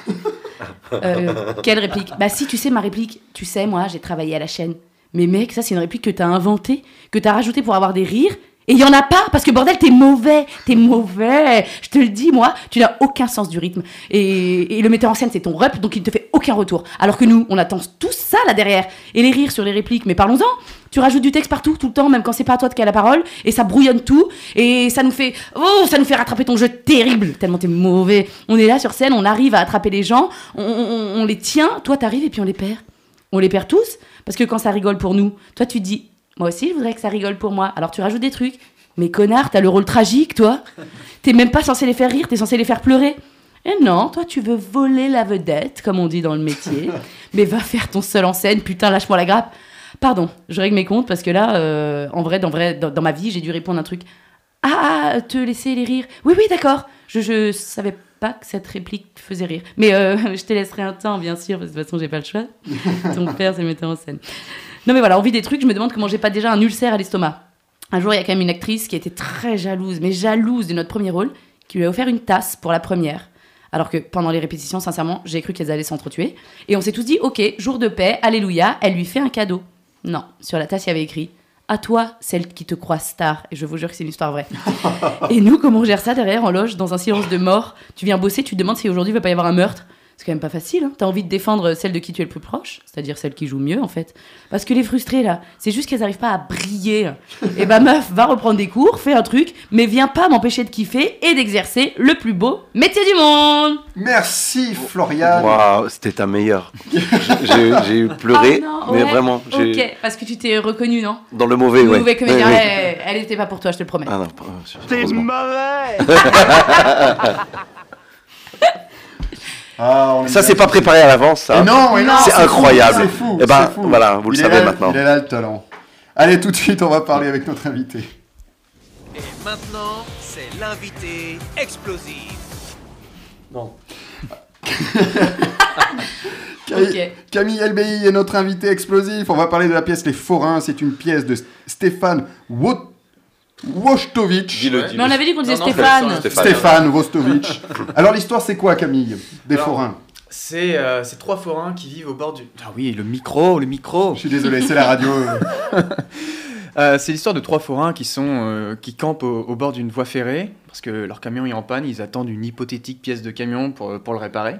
Speaker 4: Euh, Quelle réplique Bah si, tu sais ma réplique, tu sais, moi j'ai travaillé à la chaîne. Mais mec, ça c'est une réplique que t'as inventée, que t'as rajoutée pour avoir des rires. Et il y en a pas parce que bordel t'es mauvais, t'es mauvais. Je te le dis moi, tu n'as aucun sens du rythme. Et, et le metteur en scène c'est ton rep donc il te fait aucun retour. Alors que nous on attend tout ça là derrière et les rires sur les répliques. Mais parlons-en. Tu rajoutes du texte partout tout le temps même quand c'est pas à toi qui as la parole et ça brouillonne tout et ça nous fait oh ça nous fait rattraper ton jeu terrible tellement t'es mauvais. On est là sur scène, on arrive à attraper les gens, on, on- on les tient. Toi t'arrives et puis on les perd. On les perd tous parce que quand ça rigole pour nous, toi tu te dis, moi aussi je voudrais que ça rigole pour moi. Alors tu rajoutes des trucs. Mais connard, t'as le rôle tragique, toi. T'es même pas censé les faire rire, t'es censé les faire pleurer. Et non, toi tu veux voler la vedette, comme on dit dans le métier. Mais va faire ton seul en scène, putain, lâche-moi la grappe. Pardon, je règle mes comptes parce que là, euh, en vrai, dans, vrai dans, dans ma vie, j'ai dû répondre à un truc. Ah, te laisser les rires. Oui, oui, d'accord. Je, je savais pas que cette réplique faisait rire. Mais euh, (laughs) je te laisserai un temps, bien sûr, parce que de toute façon, j'ai pas le choix. Ton père, c'est le metteur en scène. Non, mais voilà, on vit des trucs. Je me demande comment j'ai pas déjà un ulcère à l'estomac. Un jour, il y a quand même une actrice qui était très jalouse, mais jalouse de notre premier rôle, qui lui a offert une tasse pour la première. Alors que pendant les répétitions, sincèrement, j'ai cru qu'elles allaient s'entretuer. Et on s'est tous dit, ok, jour de paix, alléluia, elle lui fait un cadeau. Non, sur la tasse, il y avait écrit À toi, celle qui te croit star. Et je vous jure que c'est une histoire vraie. Et nous, comment on gère ça derrière en loge, dans un silence de mort Tu viens bosser, tu te demandes si aujourd'hui il va pas y avoir un meurtre. C'est quand même pas facile. Hein. T'as envie de défendre celle de qui tu es le plus proche, c'est-à-dire celle qui joue mieux en fait. Parce que les frustrés là, c'est juste qu'elles arrivent pas à (laughs) briller. Et bah meuf, va reprendre des cours, fais un truc, mais viens pas m'empêcher de kiffer et d'exercer le plus beau métier du monde.
Speaker 2: Merci Florian.
Speaker 3: Waouh, c'était ta meilleure. J'ai- j'ai j'ai eu pleuré,
Speaker 4: Ah non,
Speaker 3: mais
Speaker 4: ouais,
Speaker 3: vraiment, j'ai-
Speaker 4: Ok, parce que tu t'es reconnu non
Speaker 3: dans le mauvais, ouais.
Speaker 4: Mauvais comédien,
Speaker 3: Ouais, ouais.
Speaker 4: elle- elle était pas pour toi, je te le promets.
Speaker 3: Ah non,
Speaker 10: T'es
Speaker 3: heureusement.
Speaker 10: mauvais
Speaker 2: Ah, on est
Speaker 3: Ça,
Speaker 2: bien.
Speaker 3: c'est pas préparé à l'avance, ça.
Speaker 2: Et non, et non,
Speaker 3: Hein c'est
Speaker 2: fou,
Speaker 3: incroyable.
Speaker 2: C'est fou.
Speaker 3: Eh ben,
Speaker 2: c'est fou.
Speaker 3: voilà, vous le
Speaker 2: Il est
Speaker 3: savez
Speaker 2: là-
Speaker 3: maintenant.
Speaker 2: Il est là le talent. Allez, tout de suite, on va parler avec notre invité.
Speaker 1: Et maintenant, c'est l'invité explosif.
Speaker 2: Camille-
Speaker 4: Ok.
Speaker 2: Camille LBI est notre invité explosif. On va parler de la pièce Les Forains. C'est une pièce de Stéphane Wo- Wojtowicz.
Speaker 3: Dis-le,
Speaker 4: Mais on avait dit qu'on disait
Speaker 6: Non, non,
Speaker 4: Stéphane.
Speaker 6: je le sens,
Speaker 3: Stéphane.
Speaker 2: Stéphane
Speaker 3: (laughs)
Speaker 2: Wojtowicz. Alors, l'histoire, c'est quoi, Camille Des
Speaker 6: Alors-
Speaker 2: Forains.
Speaker 6: C'est euh, ces trois forains qui vivent au bord du. Ah oui, le micro, le micro
Speaker 2: Je suis désolé, c'est la radio.
Speaker 3: (laughs)
Speaker 2: euh.
Speaker 6: Euh, C'est l'histoire de trois forains qui, sont, euh, qui campent au, au bord d'une voie ferrée, parce que leur camion est en panne, ils attendent une hypothétique pièce de camion pour, pour le réparer.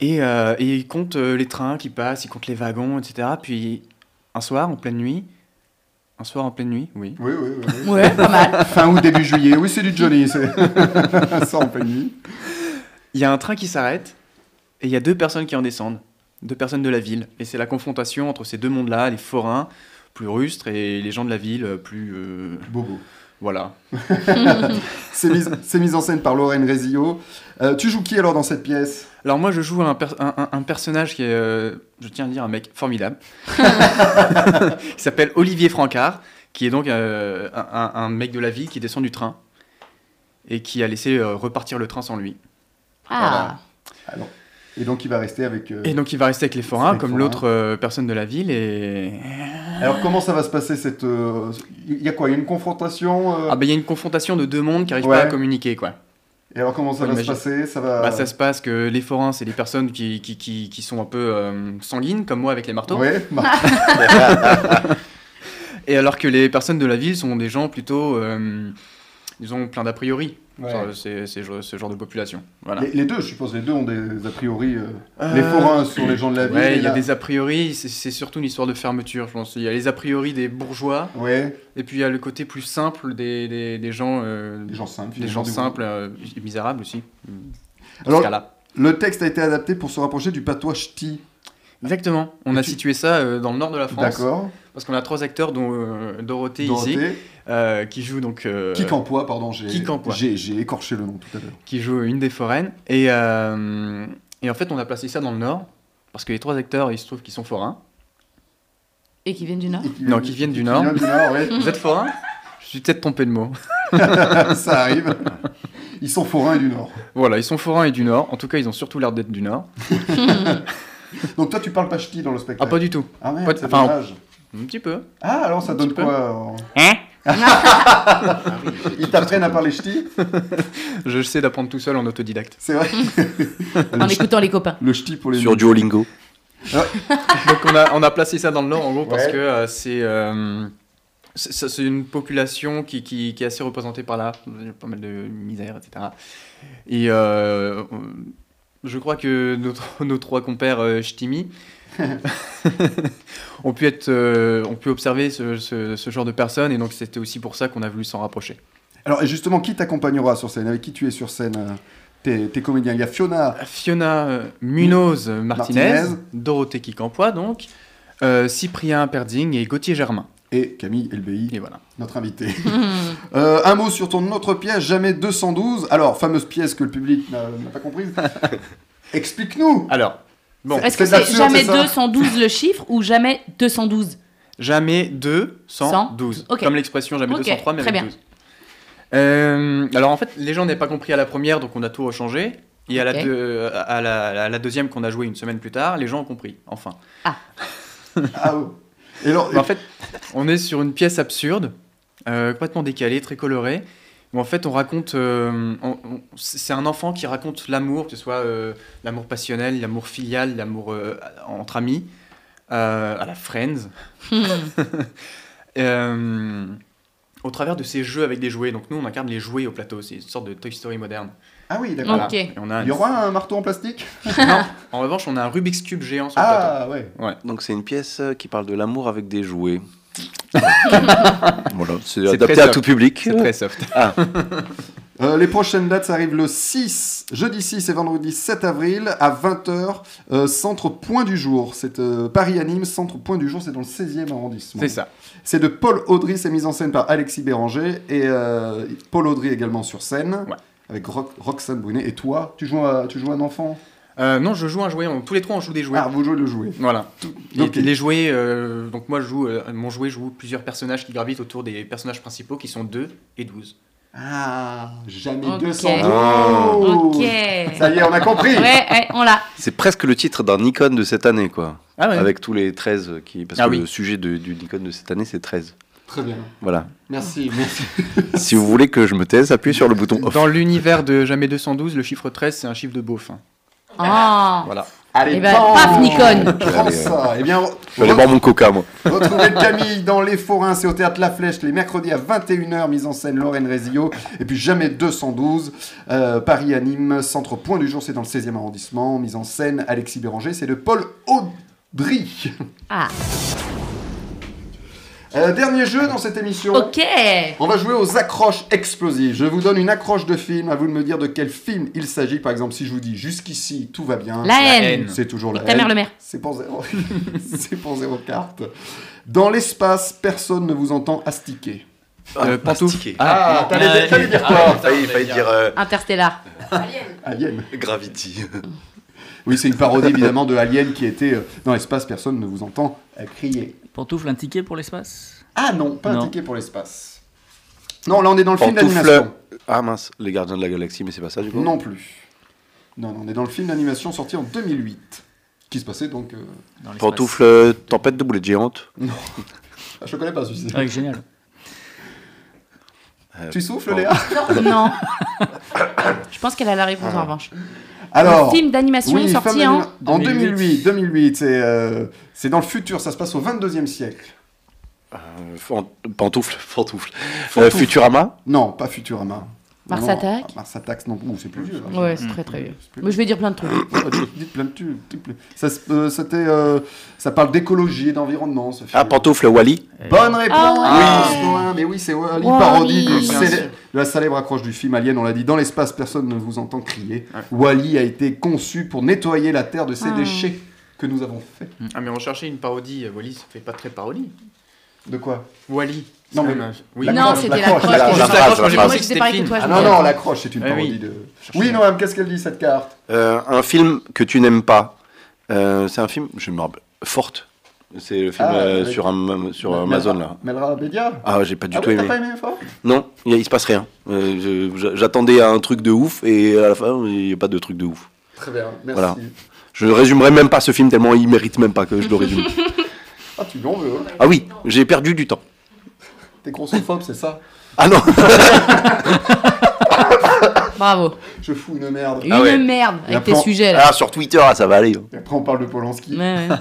Speaker 6: Et, euh, et ils comptent euh, les trains qui passent, ils comptent les wagons, etc. Puis un soir, en pleine nuit. Un soir en pleine nuit, oui.
Speaker 2: Oui, oui, oui. oui.
Speaker 4: Ouais, pas mal.
Speaker 2: Fin août, début juillet. Oui, c'est du Johnny.
Speaker 3: (laughs)
Speaker 2: c'est- Ça, en pleine nuit.
Speaker 6: Il y a un train qui s'arrête, et il y a deux personnes qui en descendent. Deux personnes de la ville. Et c'est la confrontation entre ces deux mondes-là, les forains, plus rustres, et les gens de la ville, euh, plus. euh,
Speaker 2: Bobo.
Speaker 6: Voilà.
Speaker 2: C'est mis, c'est mis en scène par Lorraine Rézillo. Euh, tu joues qui alors dans cette pièce
Speaker 6: Alors moi, je joue un, per- un- un- un personnage qui est, euh, je tiens à le dire, un mec
Speaker 2: (laughs)
Speaker 6: formidable. Il s'appelle Olivier Francard, qui est donc euh, un, un- un mec de la ville qui descend du train et qui a laissé euh, repartir le train sans lui.
Speaker 4: Ah,
Speaker 2: Et donc il va rester avec. euh,
Speaker 6: Et donc il va rester avec les forains,
Speaker 2: les
Speaker 6: comme
Speaker 2: forains.
Speaker 6: l'autre euh, personne de la ville. Et
Speaker 2: Alors comment ça va se passer cette euh, Il y a quoi Il y a une confrontation euh,
Speaker 6: ah bah il y a une confrontation de deux mondes qui n'arrivent
Speaker 2: Ouais. Euh.
Speaker 6: pas à communiquer quoi.
Speaker 2: Et alors comment ça
Speaker 6: faut
Speaker 2: va se
Speaker 6: imaginer.
Speaker 2: passer Ça va.
Speaker 6: Bah, ça se passe que les forains, c'est des personnes qui, qui, qui, qui sont un peu euh, sanguines, comme moi avec les marteaux. (laughs)
Speaker 2: Ouais, bah,
Speaker 6: Et alors que les personnes de la ville sont des gens plutôt, euh, disons, plein d'a priori.
Speaker 2: ouais.
Speaker 6: sur ces- ces genres- ce genre de population. Voilà.
Speaker 2: Les, les deux, je suppose, les deux ont des a priori. euh, Les forains sont les gens de la ville.
Speaker 6: Ouais,
Speaker 2: et
Speaker 6: il y a
Speaker 2: là-
Speaker 6: des a priori, c'est- c'est surtout une histoire de fermeture, je pense. Il y a les a priori des bourgeois,
Speaker 2: Ouais,
Speaker 6: et puis il y a le côté plus simple des, des, des gens, euh,
Speaker 2: des gens simples.
Speaker 6: des gens
Speaker 2: du-
Speaker 6: simples, euh, et misérables aussi. Dans ce
Speaker 2: Alors,
Speaker 6: cas-là.
Speaker 2: le texte a été adapté pour se rapprocher du patois ch'ti.
Speaker 6: Exactement. On a
Speaker 2: tu-
Speaker 6: situé ça euh, dans le nord de la France,
Speaker 2: D'accord.
Speaker 6: parce qu'on a trois acteurs, dont euh, Dorothée, ici,
Speaker 2: Dorothée.
Speaker 6: euh, qui joue donc euh,
Speaker 2: Quincampoix, pardon, j'ai
Speaker 6: Quincampoix.
Speaker 2: j'ai- j'ai écorché le nom tout à l'heure.
Speaker 6: qui joue une des foraines. Et, euh, et en fait, on a placé ça dans le nord, parce que les trois acteurs, il se trouve qu'ils sont forains.
Speaker 4: et qui viennent
Speaker 3: (laughs)
Speaker 4: du Nord
Speaker 2: Et qui-
Speaker 6: Non, qui viennent du
Speaker 2: qui
Speaker 6: Nord.
Speaker 2: viennent du Nord,
Speaker 6: (laughs)
Speaker 2: ouais.
Speaker 6: Vous êtes forain Je suis peut-être trompé de mot. (laughs)
Speaker 2: ça arrive. Ils sont forains et du Nord.
Speaker 6: Voilà, ils sont forains et du Nord. En tout cas, ils ont surtout l'air d'être du Nord.
Speaker 2: Donc toi, tu parles pas ch'ti dans le
Speaker 6: Ah,
Speaker 2: spectacle.
Speaker 6: pas du tout.
Speaker 2: Ah merde,
Speaker 6: pas-
Speaker 2: c'est
Speaker 6: enfin,
Speaker 2: dommage.
Speaker 6: Un petit peu.
Speaker 2: Ah, alors ça
Speaker 6: un
Speaker 2: donne
Speaker 6: petit peu.
Speaker 2: quoi euh, (laughs)
Speaker 6: Hein Ah
Speaker 2: Ils t'apprennent à parler ch'ti
Speaker 6: Je sais d'apprendre tout seul en autodidacte.
Speaker 2: C'est
Speaker 6: (laughs)
Speaker 2: vrai.
Speaker 4: En écoutant
Speaker 3: (laughs)
Speaker 4: les copains.
Speaker 2: Le ch'ti pour les
Speaker 3: Sur Duolingo.
Speaker 6: Donc, on a, on a placé ça dans le Nord, en gros, parce
Speaker 2: Ouais.
Speaker 6: que euh, c'est. euh, c'est ça- c'est une population qui, qui- qui est assez représentée par là, Il y a pas mal de misère, etc. Et euh, on- je crois que nos, tro- (laughs) nos trois compères
Speaker 2: (laughs)
Speaker 6: euh, ch'timi ont, pu être, euh, ont pu observer ce- ce- ce genre de personnes, et donc c'était aussi pour ça qu'on a voulu s'en rapprocher.
Speaker 2: Alors et justement, qui t'accompagnera sur scène Avec qui tu es sur scène euh, Tes tes comédiens Il y a Fiona.
Speaker 6: Fiona euh, Munoz Martinez,
Speaker 2: Martinez.
Speaker 6: Dorothée Quincampoix donc, euh, Cyprien Perding et Gauthier Germain.
Speaker 2: Et Camille LBI,
Speaker 6: Et voilà.
Speaker 2: notre invitée.
Speaker 4: Hmm.
Speaker 2: (laughs) Euh, un mot sur ton autre pièce, Jamais 212. Alors, fameuse pièce que le public n'a n'a pas comprise.
Speaker 6: (laughs)
Speaker 2: Explique-nous
Speaker 6: Alors, bon,
Speaker 2: C'est
Speaker 4: Est-ce que
Speaker 2: de
Speaker 4: c'est
Speaker 2: l'absurde,
Speaker 4: jamais
Speaker 2: c'est ça
Speaker 4: 212 le chiffre ou jamais 212
Speaker 6: jamais 2, 112.
Speaker 4: Ok.
Speaker 6: Comme l'expression jamais
Speaker 4: Ok,
Speaker 6: 203, mais
Speaker 4: très
Speaker 6: avec
Speaker 4: bien.
Speaker 6: 12. Euh, alors en fait, les gens n'avaient pas compris à la première, donc on a tout rechangé. Et à, la,
Speaker 4: Ok.
Speaker 6: deux- à, la, à la deuxième qu'on a jouée une semaine plus tard, les gens ont compris, enfin.
Speaker 2: Ah, oh. Et alors,
Speaker 6: Mais Bah, en fait, on est sur une pièce absurde, euh, complètement décalée, très colorée. Où en fait, on raconte. euh, on- on- c'est un enfant qui raconte l'amour, que ce soit euh, l'amour passionnel, l'amour filial, l'amour euh, entre amis, euh, à la Friends. (laughs) Euh, au travers de ces jeux avec des jouets. Donc, nous, on incarne les jouets au plateau. C'est une sorte de Toy Story moderne.
Speaker 2: ah oui, d'accord.
Speaker 6: Voilà.
Speaker 4: Ok.
Speaker 6: Et on a un-
Speaker 2: Il y aura un marteau en plastique
Speaker 6: Non, en revanche, on a un Rubik's Cube géant sur le plateau.
Speaker 2: Ah, ouais.
Speaker 3: Donc c'est une pièce euh, qui parle de l'amour avec des jouets. (laughs) voilà, c'est
Speaker 6: très
Speaker 3: adapté à
Speaker 6: soft.
Speaker 3: tout public.
Speaker 6: C'est très soft.
Speaker 2: Euh, les prochaines dates, ça arrive le 6, jeudi 6 et vendredi 7 avril à 20h, euh, centre Point du Jour. C'est euh, Paris Anime, centre Point du Jour, c'est dans le 16e arrondissement.
Speaker 6: C'est ça.
Speaker 2: C'est de Paul Audry, c'est mis en scène par Alexis Béranger et euh, Paul Audry également sur scène.
Speaker 6: Ouais.
Speaker 2: Avec Rox- Roxane Brunet. Et toi, tu joues, à- tu joues un enfant
Speaker 6: Euh, non, je joue un jouet. on- tous les trois, on joue des jouets.
Speaker 2: Ah, vous jouez le jouet.
Speaker 6: Voilà. Et
Speaker 2: Ok.
Speaker 6: Les jouets, euh, donc moi je joue, euh, mon jouet joue plusieurs personnages qui gravitent autour des personnages principaux qui sont 2 et 12.
Speaker 2: Ah, jamais
Speaker 4: Ok.
Speaker 2: 212
Speaker 4: Ok.
Speaker 2: Oh. Ça y est, on a compris
Speaker 4: Ouais, ouais, on l'a.
Speaker 3: C'est presque le titre d'un Nikon de cette année, quoi.
Speaker 6: Ah
Speaker 3: Avec tous les 13 qui. Parce
Speaker 6: Ah
Speaker 3: que
Speaker 6: oui.
Speaker 3: le sujet de- du Nikon de cette année, c'est 13.
Speaker 2: Très bien.
Speaker 3: Voilà.
Speaker 2: Merci, merci.
Speaker 3: (laughs) si vous voulez que je me taise, appuyez sur le bouton off.
Speaker 6: Dans l'univers de Jamais 212, le chiffre 13 c'est un chiffre de beauf. hein.
Speaker 4: Ah.
Speaker 6: Voilà.
Speaker 2: Allez,
Speaker 4: Eh ben,
Speaker 2: bon.
Speaker 4: paf, Nikon.
Speaker 2: Prends ça. Eh bien,
Speaker 3: Je vais aller euh, boire mon coca, moi.
Speaker 2: Retrouvez Camille dans Les Forains, c'est au théâtre La Flèche les mercredis à 21h, mise en scène Lorraine Rézillo, et puis Jamais 212, euh, Paris Anime, centre Point du Jour, c'est dans le 16e arrondissement, mise en scène Alexis Béranger, c'est de Paul Audry.
Speaker 4: Ah.
Speaker 2: Euh, dernier jeu dans cette émission.
Speaker 4: Ok.
Speaker 2: On va jouer aux accroches explosives. Je vous donne une accroche de film, à vous de me dire de quel film il s'agit. Par exemple, si je vous dis jusqu'ici, tout va bien.
Speaker 4: La haine.
Speaker 6: haine.
Speaker 2: C'est toujours la
Speaker 4: Ta mère
Speaker 2: haine.
Speaker 4: le maire.
Speaker 2: C'est pour zéro. (laughs) c'est pour zéro carte. Dans l'espace, personne ne vous entend astiquer.
Speaker 6: Euh, pantoufle.
Speaker 3: Ah,
Speaker 2: t'allais
Speaker 6: euh,
Speaker 2: dire- t'allais dire quoi
Speaker 3: Ah, failli, failli dire euh,
Speaker 2: (laughs)
Speaker 4: Interstellar.
Speaker 2: Alien.
Speaker 3: Gravity.
Speaker 2: Oui, c'est une parodie évidemment de Alien qui était euh, dans l'espace, personne ne vous entend euh, crier.
Speaker 5: Pantoufle, un ticket pour l'espace
Speaker 2: Ah non, pas
Speaker 5: Non.
Speaker 2: un ticket pour l'espace. Non, là on est dans le film
Speaker 3: Pantoufle.
Speaker 2: d'animation.
Speaker 3: Ah mince, les gardiens de la galaxie, mais c'est pas ça du coup
Speaker 2: Non plus. Non, non, on est dans le film d'animation sorti en 2008. Qui se passait donc. euh,
Speaker 5: Dans l'espace.
Speaker 3: Pantoufle, euh, tempête de boulettes géantes.
Speaker 2: ah, je connais pas celui-ci.
Speaker 5: Ah, génial.
Speaker 2: (laughs) Tu souffles,
Speaker 3: bon.
Speaker 2: Léa
Speaker 4: Non. Je pense qu'elle a la réponse en revanche.
Speaker 2: Alors.
Speaker 4: le film d'animation
Speaker 2: oui,
Speaker 4: est sorti
Speaker 2: femme
Speaker 4: en.
Speaker 2: d'anima- en
Speaker 5: 2008.
Speaker 2: 2008. 2008, c'est euh, c'est dans le futur, ça se passe au 22e siècle.
Speaker 3: Euh, fan- Pantoufle, (laughs) pantoufle. Euh, Futurama
Speaker 2: Non, pas Futurama.
Speaker 4: Mars
Speaker 2: Non, non,
Speaker 4: Attack
Speaker 2: Mars Attack, non, Ouh, c'est plus vieux. là.
Speaker 4: Ouais, c'est très très vieux.
Speaker 2: C'est plus
Speaker 4: Mais je vais dire plein de trucs.
Speaker 2: Oh, dites- (coughs) dites plein de tu- dites plein- Ça, se- euh, c'était, euh, ça parle d'écologie et d'environnement. ce film. Eh,
Speaker 3: Ah, pantoufle, Wally.
Speaker 2: Bonne réponse.
Speaker 4: Ah
Speaker 3: ouais.
Speaker 2: Noël. mais oui, c'est Wall-E,
Speaker 4: Wall-E.
Speaker 2: parodie du
Speaker 4: Bien
Speaker 2: célè-
Speaker 6: sûr.
Speaker 2: de la célèbre accroche du film Alien. On l'a dit, dans l'espace, personne ne vous entend crier. Wally a été conçu pour nettoyer la Terre de ses
Speaker 4: Ah.
Speaker 2: déchets que nous avons fait.
Speaker 6: Ah, mais on cherchait une parodie. euh, Wally, ça fait pas très parodie.
Speaker 2: De quoi
Speaker 6: Wally.
Speaker 2: Non, mais-
Speaker 6: C'est même, oui.
Speaker 2: La
Speaker 4: Non,
Speaker 2: croche,
Speaker 4: c'était
Speaker 2: la
Speaker 4: la
Speaker 2: croche, la
Speaker 4: croche.
Speaker 3: croche, la
Speaker 4: Moi,
Speaker 3: phrase,
Speaker 4: je
Speaker 3: la
Speaker 4: moi,
Speaker 6: phrase.
Speaker 4: j'étais pareil que toi. je
Speaker 2: Ah
Speaker 4: me
Speaker 2: non, non, l'accroche, c'est une
Speaker 3: Eh
Speaker 6: Ah oui.
Speaker 2: parodie de... Oui, Noam, qu'est-ce qu'elle dit, cette carte
Speaker 3: Euh, un film que tu n'aimes pas. Euh, c'est un film, je me rappelle, Forte. C'est le film
Speaker 2: Ah,
Speaker 3: euh,
Speaker 2: avec-
Speaker 3: sur, Am- sur
Speaker 2: Mel-
Speaker 3: Amazon,
Speaker 2: Melra-
Speaker 3: là.
Speaker 2: Melra Bedia
Speaker 3: Ah, j'ai pas du
Speaker 2: Ah
Speaker 3: tout
Speaker 2: oui,
Speaker 3: aimé.
Speaker 2: t'as pas aimé fort
Speaker 3: Non, il il se passe rien. Euh, je- J'attendais un truc de ouf et à la fin, il n'y a pas de truc de ouf.
Speaker 2: Très bien, merci.
Speaker 3: Voilà. Je ne résumerai même pas ce film tellement il mérite même pas que je
Speaker 2: (laughs)
Speaker 3: le résume.
Speaker 2: Ah, tu l'en veux, hein.
Speaker 3: ah oui, j'ai perdu du temps.
Speaker 2: t'es grossophobe, c'est ça
Speaker 3: Ah non
Speaker 4: Bravo.
Speaker 2: Je fous une merde.
Speaker 4: Une
Speaker 3: ouais.
Speaker 4: merde
Speaker 2: Et
Speaker 4: avec tes
Speaker 2: après,
Speaker 4: sujets là.
Speaker 3: Ah, sur Twitter, ah, ça va aller.
Speaker 2: Et après, on parle de Polanski.
Speaker 4: Ouais, ouais.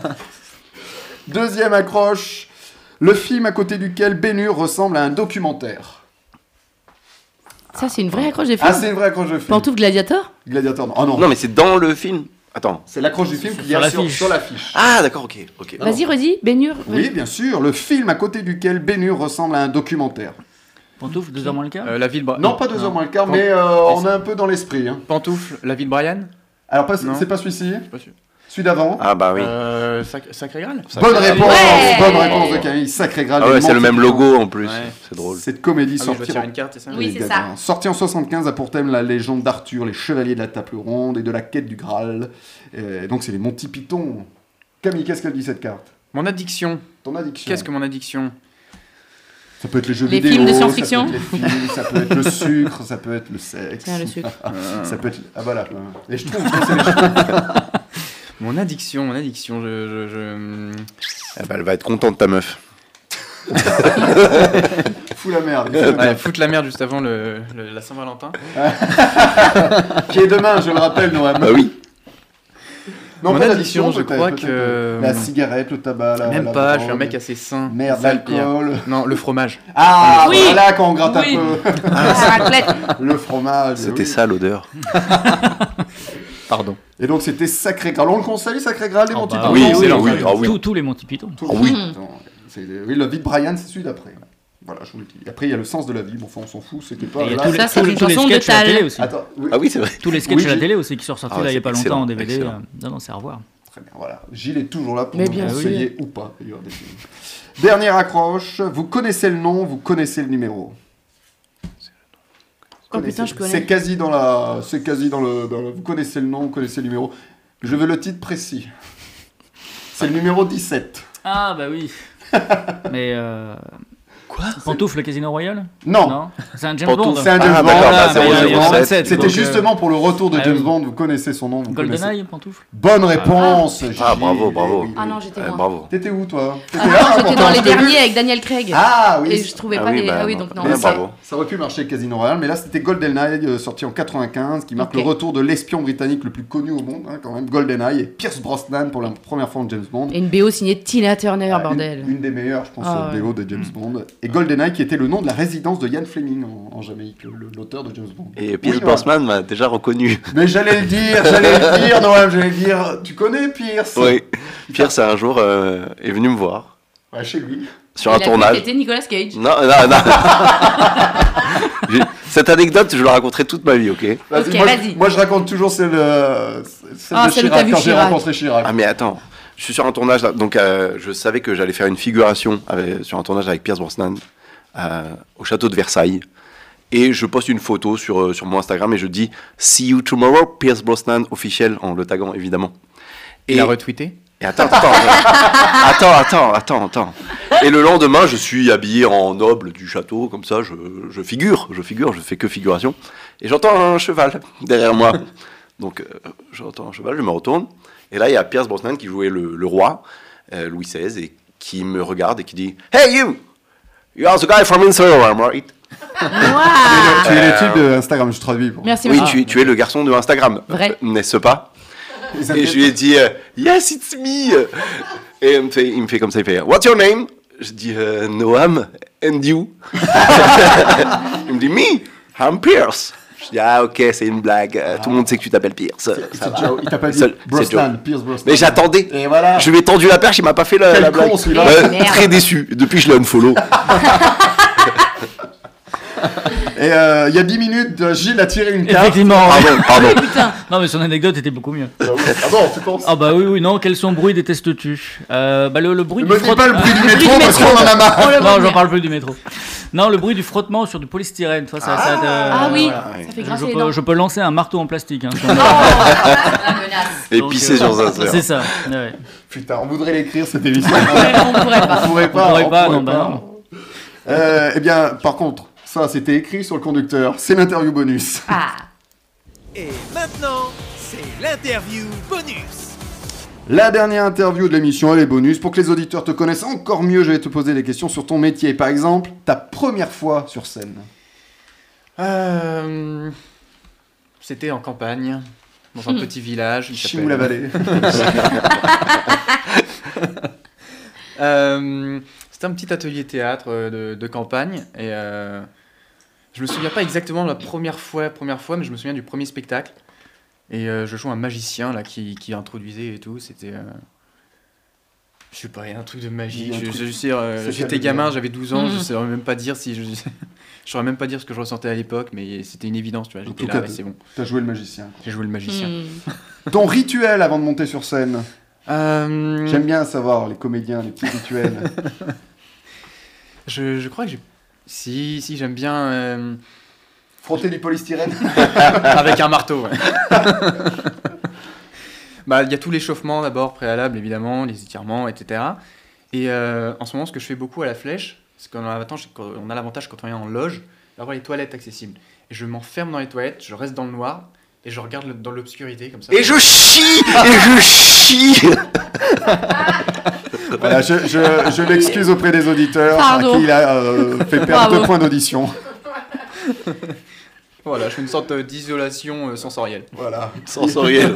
Speaker 2: Deuxième accroche, le film à côté duquel Bénur ressemble à un documentaire.
Speaker 4: Ça, c'est une vraie accroche des
Speaker 2: Ah, c'est
Speaker 4: films.
Speaker 2: une vraie accroche de film.
Speaker 4: Pantoufle Gladiator
Speaker 2: Gladiator, non. Oh non,
Speaker 3: Non, mais c'est dans le film. Attends.
Speaker 2: c'est l'accroche du film
Speaker 5: Sur-
Speaker 2: qui
Speaker 5: sur
Speaker 2: est sur,
Speaker 5: l'affiche.
Speaker 2: sur l'affiche.
Speaker 3: Ah, d'accord, ok. ok.
Speaker 4: Vas-y, redis. Bénur.
Speaker 2: Oui, bien sûr, le film à côté duquel Bénur ressemble à un documentaire.
Speaker 5: Pantoufle, deux heures moins le quart
Speaker 6: Euh, la ville. Bra-
Speaker 2: Non, pas deux heures moins le quart,
Speaker 6: Pan-
Speaker 2: mais euh, on est un peu dans l'esprit. hein.
Speaker 6: Pantoufle, la ville Brian.
Speaker 2: Alors, pas-
Speaker 6: Non.
Speaker 2: c'est pas celui-ci,
Speaker 6: Pas sûr.
Speaker 2: celui d'avant.
Speaker 3: Ah, bah oui.
Speaker 6: Euh, Sac- Sacré Graal.
Speaker 2: Bonne réponse,
Speaker 4: Ouais.
Speaker 2: bonne réponse de Camille, sacré grade.
Speaker 3: Ah ouais, c'est le même logo en plus.
Speaker 6: Ouais.
Speaker 3: C'est drôle.
Speaker 2: Cette comédie
Speaker 6: Ah oui, je dois
Speaker 2: sortie
Speaker 6: tirer
Speaker 2: en
Speaker 6: une carte, c'est ça
Speaker 4: Oui,
Speaker 2: Les
Speaker 4: c'est
Speaker 2: Gadins. ben, Sorti en 75, a pour thème la légende d'Arthur, les chevaliers de la table ronde et de la quête du Graal. Euh, donc c'est les Monty Python. Camille, qu'est-ce qu'elle dit cette carte
Speaker 6: Mon addiction.
Speaker 2: Ton addiction.
Speaker 6: Qu'est-ce que mon addiction
Speaker 2: Ça peut être les jeux
Speaker 4: Les
Speaker 2: vidéo,
Speaker 4: films de
Speaker 2: ça peut
Speaker 4: science-fiction.
Speaker 2: être les films, ça peut être le sucre, ça peut être le sexe.
Speaker 4: Tiens, le sucre.
Speaker 2: Ça peut être... Ah voilà. Et je trouve...
Speaker 6: Mon addiction, mon addiction. Je, je- je-
Speaker 3: Ah bah, elle va être contente, ta meuf.
Speaker 2: Fous la merde.
Speaker 6: Ouais, foutre la merde juste avant le, le- la Saint-Valentin.
Speaker 2: Qui est demain, je le rappelle, Noam.
Speaker 3: Bah oui.
Speaker 2: Non,
Speaker 6: Mon
Speaker 2: pas
Speaker 6: addiction, je
Speaker 2: peut-être,
Speaker 6: crois
Speaker 2: peut-être,
Speaker 6: que-
Speaker 2: euh, La cigarette, le tabac, la
Speaker 6: Même
Speaker 2: la
Speaker 6: pas, je
Speaker 2: drogue.
Speaker 6: suis un mec assez sain.
Speaker 2: Merde,
Speaker 6: Ça, le pire.
Speaker 2: l'alcool.
Speaker 6: Non, le fromage.
Speaker 2: Ah,
Speaker 4: Oui.
Speaker 2: voilà quand on gratte
Speaker 4: Oui.
Speaker 2: un peu.
Speaker 4: Ah, (laughs) raclette.
Speaker 2: Le fromage.
Speaker 3: (laughs) C'était
Speaker 2: oui.
Speaker 3: ça l'odeur.
Speaker 6: Pardon.
Speaker 2: Et donc c'était Sacré Graal. On le conseille, Sacré Graal, les
Speaker 5: Ah,
Speaker 2: Monty
Speaker 5: bah
Speaker 2: Python
Speaker 3: oui,
Speaker 2: Tout-
Speaker 3: excellent, oui, ah oui.
Speaker 5: Tous- Tous les Monty Python.
Speaker 2: tout-
Speaker 3: Ah oui.
Speaker 2: Attends, c'est- Oui, la vie de Brian, c'est celui d'après. Voilà, je vous le dis. Après, il y a le sens de la vie. Bon, enfin, on s'en fout, c'était pas.
Speaker 5: Et il y a
Speaker 2: Oh là-
Speaker 5: tous les-
Speaker 4: Ça, c'est
Speaker 5: tous
Speaker 4: une
Speaker 5: les- tous les
Speaker 4: chanson de
Speaker 5: sketchs à la
Speaker 4: Tal.
Speaker 5: télé aussi.
Speaker 2: Attends, oui,
Speaker 3: Ah oui, c'est vrai.
Speaker 5: Tous les sketchs
Speaker 2: Oui,
Speaker 5: à la
Speaker 2: j'ai-
Speaker 5: télé aussi qui sont ressortis
Speaker 3: Ah ouais,
Speaker 5: là il n'y a
Speaker 3: c'est
Speaker 5: pas longtemps en
Speaker 3: excellent,
Speaker 5: DVD.
Speaker 3: excellent.
Speaker 5: euh, Non, non, c'est à revoir.
Speaker 2: très bien, voilà. Gilles est toujours là pour
Speaker 4: Mais
Speaker 2: nous
Speaker 4: bien
Speaker 2: conseiller ou pas, d'ailleurs, des films. Dernière accroche. Vous connaissez le nom, vous connaissez le numéro.
Speaker 4: Oh putain, je
Speaker 2: C'est
Speaker 4: connais.
Speaker 2: quasi dans la. C'est quasi dans le, dans le- Vous connaissez le nom, vous connaissez le numéro. Je veux le titre précis. C'est le numéro 17.
Speaker 5: Ah bah oui. (laughs) Mais euh,
Speaker 3: Quoi
Speaker 5: pantoufle le Casino Royal
Speaker 2: Non,
Speaker 5: C'est un James Bond.
Speaker 2: C'est un James
Speaker 3: Ah,
Speaker 2: Bond.
Speaker 3: d'accord,
Speaker 5: Voilà,
Speaker 3: bah,
Speaker 5: mais il y a- il y a
Speaker 2: 007.
Speaker 5: 27,
Speaker 2: C'était
Speaker 5: donc, euh,
Speaker 2: justement pour le retour de
Speaker 5: ah
Speaker 2: James
Speaker 5: oui.
Speaker 2: Bond. Vous connaissez son nom. Vous connaissez.
Speaker 5: (laughs) GoldenEye, pantoufle.
Speaker 2: Bonne réponse. Gilles.
Speaker 3: Ah, bravo, bravo.
Speaker 4: Ah non, j'étais
Speaker 3: Eh,
Speaker 4: loin.
Speaker 3: bravo.
Speaker 2: T'étais où toi
Speaker 4: Ah
Speaker 2: là,
Speaker 4: non, j'étais
Speaker 2: pourtant,
Speaker 4: dans
Speaker 2: je
Speaker 4: les
Speaker 2: t'ai vu.
Speaker 4: derniers avec Daniel Craig.
Speaker 2: Ah oui.
Speaker 4: Et je trouvais pas
Speaker 3: Ah oui,
Speaker 4: les.
Speaker 3: bah,
Speaker 4: Ah oui,
Speaker 3: non.
Speaker 4: donc
Speaker 2: Mais
Speaker 4: non.
Speaker 3: Ah,
Speaker 2: ça,
Speaker 3: bravo.
Speaker 2: ça aurait pu marcher Casino Royale, mais là c'était GoldenEye euh, sorti en 95 qui marque
Speaker 4: Ok.
Speaker 2: le retour de l'espion britannique le plus connu au monde hein, quand même GoldenEye et Pierce Brosnan pour la première fois en James Bond.
Speaker 4: Et une BO signée Tina Turner,
Speaker 2: Ah, une-
Speaker 4: bordel.
Speaker 2: Une, des meilleures, je pense,
Speaker 4: Ah,
Speaker 2: euh,
Speaker 4: ouais.
Speaker 2: BO de James Bond. Et GoldenEye, qui était le nom de la résidence de Ian Fleming en, en Jamaïque, le- l'auteur de James Bond.
Speaker 3: Et
Speaker 2: Oui,
Speaker 3: Pierce
Speaker 2: voilà.
Speaker 3: Brosnan m'a déjà reconnu.
Speaker 2: Mais j'allais le dire, j'allais le dire, Noam, j'allais le dire. Tu connais Pierce
Speaker 3: (laughs) Oui. Pierce, un jour, euh, est venu me voir
Speaker 2: Ouais, chez lui.
Speaker 3: sur un
Speaker 4: Il a cru que
Speaker 3: tournage.
Speaker 4: C'était Nicolas Cage.
Speaker 2: Mm.
Speaker 3: Non, non, (laughs) non. J'ai- Cette anecdote, je la raconterai toute ma vie, ok
Speaker 2: Vas-y,
Speaker 4: Ok,
Speaker 2: moi,
Speaker 4: vas-y.
Speaker 2: je- Moi, je raconte toujours celle, euh, celle
Speaker 4: Ah,
Speaker 2: de
Speaker 4: celle où t'as
Speaker 2: Chirac,
Speaker 4: vu
Speaker 2: quand j'ai
Speaker 4: Chirac.
Speaker 2: rencontré Chirac.
Speaker 3: Ah mais attends, je suis sur un tournage, là, donc euh, je savais que j'allais faire une figuration avec- sur un tournage avec Pierce Brosnan euh, au château de Versailles. Et je poste une photo sur, euh, sur mon Instagram et je dis See you tomorrow, Pierce Brosnan officiel, en le taguant évidemment.
Speaker 6: Il a retweeté
Speaker 3: Et attends, attends, attends, attends, attends, attends. Et le lendemain, je suis habillé en noble du château, comme ça, je, je figure, je figure, je fais que figuration. Et j'entends un cheval derrière moi. Donc, euh, j'entends un cheval, je me retourne. Et là, il y a Pierce Brosnan qui jouait le, le roi, euh, Louis XVI, et qui me regarde et qui dit Hey you! You are the guy from Instagram, right?
Speaker 4: Waouh
Speaker 3: euh,
Speaker 2: Tu es le type de Instagram, je traduis. pour-
Speaker 4: Merci,
Speaker 3: Oui,
Speaker 4: monsieur.
Speaker 3: tu, tu es le garçon de Instagram, euh,
Speaker 4: Vrai.
Speaker 3: n'est-ce pas Et je lui ai dit euh, Yes, it's me Et il me, fait, il me fait comme ça, il fait What's your name Je dis euh, Noam, and you (laughs) Il me dit Me, I'm Pierce Je dis Ah, ok, c'est une blague, euh, tout le monde sait que tu t'appelles Pierce. ça
Speaker 2: C'est
Speaker 3: va.
Speaker 2: Joe, il t'a pas dit
Speaker 3: Seul- c'est
Speaker 2: Brosnan,
Speaker 3: Joe.
Speaker 2: Pierce Brosnan.
Speaker 3: Mais j'attendais.
Speaker 2: Et voilà.
Speaker 3: Je lui ai tendu la perche, il m'a pas fait la,
Speaker 2: Quel
Speaker 3: la blague.
Speaker 2: con, celui-là.
Speaker 3: Euh,
Speaker 4: Merde.
Speaker 3: très déçu. Depuis, je l'ai unfollow.
Speaker 2: Et euh, il y a 10 minutes, Gilles a tiré une carte.
Speaker 5: Effectivement. ouais. (laughs)
Speaker 3: Pardon, pardon.
Speaker 5: Non, mais son anecdote était beaucoup mieux.
Speaker 2: Ah bon, tu penses
Speaker 5: Ah bah oui, oui, non. Quel son bruit détestes-tu Euh, Bah le, le bruit
Speaker 2: Ne
Speaker 5: du
Speaker 2: me dis pas le
Speaker 5: frottement.
Speaker 2: prix du métro parce qu'on en a
Speaker 5: (laughs)
Speaker 2: marre.
Speaker 5: non, j'en parle plus du métro. Non, le bruit du frottement sur du polystyrène. Toi, ça, ça te-
Speaker 4: Ah oui,
Speaker 5: voilà.
Speaker 4: ça fait
Speaker 5: Je, je
Speaker 4: grincer les dents.
Speaker 5: peux, je peux lancer un marteau en plastique. hein, si on-
Speaker 3: Ah,
Speaker 4: La menace.
Speaker 3: Et
Speaker 5: Donc,
Speaker 3: pisser
Speaker 5: euh,
Speaker 3: sur un
Speaker 5: C'est ça. ouais.
Speaker 2: Putain, on voudrait l'écrire cette émission.
Speaker 4: On pourrait pas.
Speaker 2: on pourrait pas.
Speaker 5: On pourrait
Speaker 2: on
Speaker 5: pas,
Speaker 2: pourrait
Speaker 5: non, bah
Speaker 2: pas.
Speaker 5: non.
Speaker 2: Euh, eh bien, par contre, ça c'était écrit sur le conducteur. C'est l'interview bonus.
Speaker 4: Ah.
Speaker 1: Et maintenant, c'est l'interview bonus.
Speaker 2: La dernière interview de l'émission, elle est bonus. Pour que les auditeurs te connaissent encore mieux, je vais te poser des questions sur ton métier. Par exemple, ta première fois sur scène.
Speaker 6: Euh, C'était en campagne, dans un petit village. il s'appelle-
Speaker 2: Hmm. Chimou la vallée.
Speaker 6: Euh, C'était un petit atelier théâtre euh, de, de campagne et euh, je me souviens pas exactement de la première fois, première fois, mais je me souviens du premier spectacle. Et euh, je joue un magicien là qui, qui introduisait et tout. C'était, euh, je sais pas, il y a un truc de
Speaker 2: Il
Speaker 6: magie.
Speaker 2: y a un
Speaker 6: Je-
Speaker 2: truc-
Speaker 6: je veux dire, euh,
Speaker 2: c'est
Speaker 6: J'étais
Speaker 2: terrible.
Speaker 6: gamin, j'avais 12 ans, je
Speaker 4: Mhm.
Speaker 6: saurais même pas dire si je, (laughs) je saurais même pas dire ce que je ressentais à l'époque, mais c'était une évidence, tu vois.
Speaker 2: tout
Speaker 6: J'étais là,
Speaker 2: cas,
Speaker 6: ouais, c'est bon.
Speaker 2: (laughs) T'as joué le magicien.
Speaker 6: J'ai joué le magicien.
Speaker 4: Hmm.
Speaker 2: Ton rituel avant de monter sur scène.
Speaker 6: Euh,
Speaker 2: J'aime bien savoir les comédiens, les petits rituels.
Speaker 6: je, je crois que j'ai. Si, si, j'aime bien. euh,
Speaker 2: Frotter du polystyrène.
Speaker 6: Avec un marteau, ouais. (laughs) bah, il y a tout l'échauffement d'abord, préalable évidemment, les étirements, etc. Et euh, en ce moment, ce que je fais beaucoup à la flèche, c'est qu'on a l'avantage quand on, a l'avantage quand on est en loge d'avoir les toilettes accessibles. Et je m'enferme dans les toilettes, je reste dans le noir et je regarde le- dans l'obscurité comme ça.
Speaker 3: Et je chie Et je chie
Speaker 2: (laughs) Voilà, je, je- je l'excuse auprès des auditeurs
Speaker 4: Pardon.
Speaker 2: à qui il a euh, fait perdre
Speaker 4: Bravo.
Speaker 2: deux points d'audition.
Speaker 6: Voilà, je fais une sorte euh, d'isolation euh, sensorielle.
Speaker 2: Voilà.
Speaker 3: Sensoriel.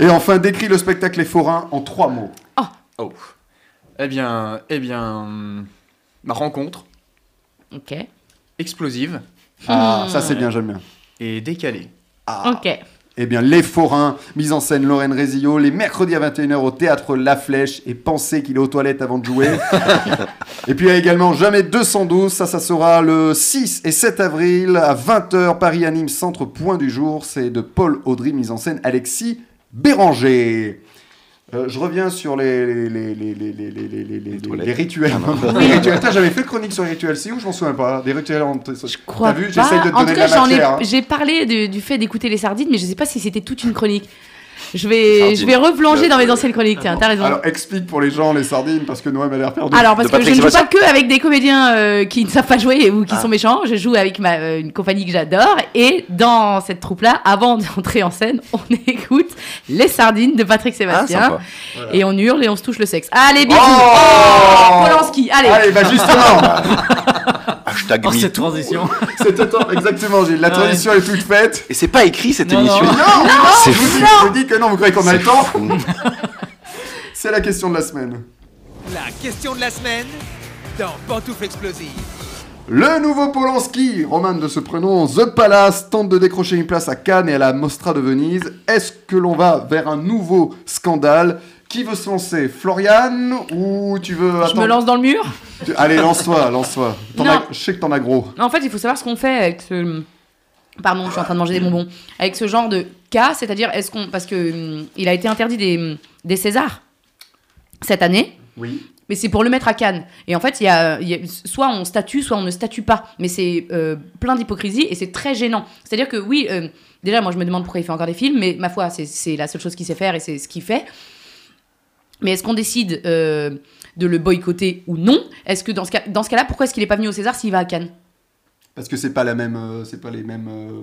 Speaker 2: Et enfin, décris le spectacle Les Forains en trois mots.
Speaker 6: Oh. Eh bien, eh bien, hum, ma rencontre
Speaker 4: Ok.
Speaker 6: explosive
Speaker 2: Ah, ça c'est bien, j'aime bien.
Speaker 6: et décalée.
Speaker 4: Ok.
Speaker 2: Eh bien, Les Forains, mise en scène Lorraine Rézillo, les mercredis à 21h au théâtre La Flèche, et pensez qu'il est aux toilettes avant de jouer. et puis, il y a également Jamais 212, ça, ça sera le 6 et 7 avril à 20h, Paris Anime Centre Point du Jour, c'est de Paul Audry, mise en scène Alexis Béranger. Euh, je reviens sur les, les, les, les, les, les, les, les, les- les-
Speaker 3: toilettes.
Speaker 2: les rituels. (laughs) Les rituels. Attends, j'avais fait une chronique sur les rituels, c'est où Je m'en souviens pas. Des rituels en...
Speaker 4: Je crois
Speaker 2: T'as vu,
Speaker 4: pas.
Speaker 2: j'essaye de te
Speaker 4: en
Speaker 2: donner
Speaker 4: tout
Speaker 2: de
Speaker 4: cas,
Speaker 2: la
Speaker 4: j'en ai-
Speaker 2: matière, hein.
Speaker 4: j'ai parlé de- du fait d'écouter les sardines, mais je sais pas si c'était toute une chronique. Je vais, je
Speaker 3: Sardines.
Speaker 4: vais replonger dans mes anciennes chroniques. Tiens, t'as raison.
Speaker 2: Alors, explique pour les gens les sardines, parce que Noam a l'air perdu.
Speaker 4: Alors parce
Speaker 3: de
Speaker 4: que je
Speaker 3: Patrick
Speaker 4: ne joue pas
Speaker 3: Sébastien. Ah.
Speaker 4: que avec des comédiens euh, qui ne savent pas jouer ou qui sont méchants. Je joue avec ma, euh, une compagnie que j'adore et dans cette troupe-là, avant d'entrer en scène, (laughs) on écoute les sardines de Patrick Sébastien
Speaker 3: Ah, sympa.
Speaker 4: et on hurle et on se touche le sexe. Allez bisous.
Speaker 2: Oh
Speaker 4: Oh, Polanski, allez.
Speaker 2: Allez, bah justement,
Speaker 4: (laughs)
Speaker 3: Hashtag
Speaker 5: Oh,
Speaker 3: me
Speaker 5: cette
Speaker 3: too.
Speaker 5: transition.
Speaker 2: c'était temps, exactement, Gilles. La
Speaker 5: Ouais.
Speaker 2: transition est toute faite.
Speaker 3: Et c'est pas écrit cette
Speaker 5: Non,
Speaker 3: émission.
Speaker 5: non.
Speaker 2: Non,
Speaker 3: C'est
Speaker 2: Je vous
Speaker 3: fou.
Speaker 2: dis- je vous dis que non, vous croyez qu'on a le
Speaker 3: C'est
Speaker 2: temps
Speaker 3: fou.
Speaker 5: (laughs)
Speaker 2: C'est la question de la semaine.
Speaker 1: La question de la semaine dans Pantoufle Explosive.
Speaker 2: Le nouveau Polanski, roman de ce prénom, The Palace, tente de décrocher une place à Cannes et à la Mostra de Venise. Est-ce que l'on va vers un nouveau scandale Qui veut se lancer Florian ou tu veux...
Speaker 4: Je me lance dans le mur.
Speaker 2: Tu- Allez, lance-toi, lance-toi. T'en
Speaker 4: Non.
Speaker 2: as- Je sais que t'en as gros.
Speaker 4: En fait, il faut savoir ce qu'on fait avec ce. Pardon, je suis en train de manger des bonbons. Avec ce genre de cas, c'est-à-dire, est-ce qu'on. Parce que hum, il a été interdit des, des Césars cette année.
Speaker 2: Oui.
Speaker 4: mais c'est pour le mettre à Cannes. Et en fait, il y a, il y a- soit on statue, soit on ne statue pas. Mais c'est euh, plein d'hypocrisie et c'est très gênant. C'est-à-dire que oui, euh, déjà, moi, je me demande pourquoi il fait encore des films, mais ma foi, c'est- c'est la seule chose qu'il sait faire et c'est ce qu'il fait. Mais est-ce qu'on décide euh, de le boycotter ou non Est-ce que dans ce cas- dans ce cas-là, pourquoi est-ce qu'il n'est pas venu au César s'il va à Cannes
Speaker 2: Parce que c'est pas la même, euh, c'est pas les mêmes. euh,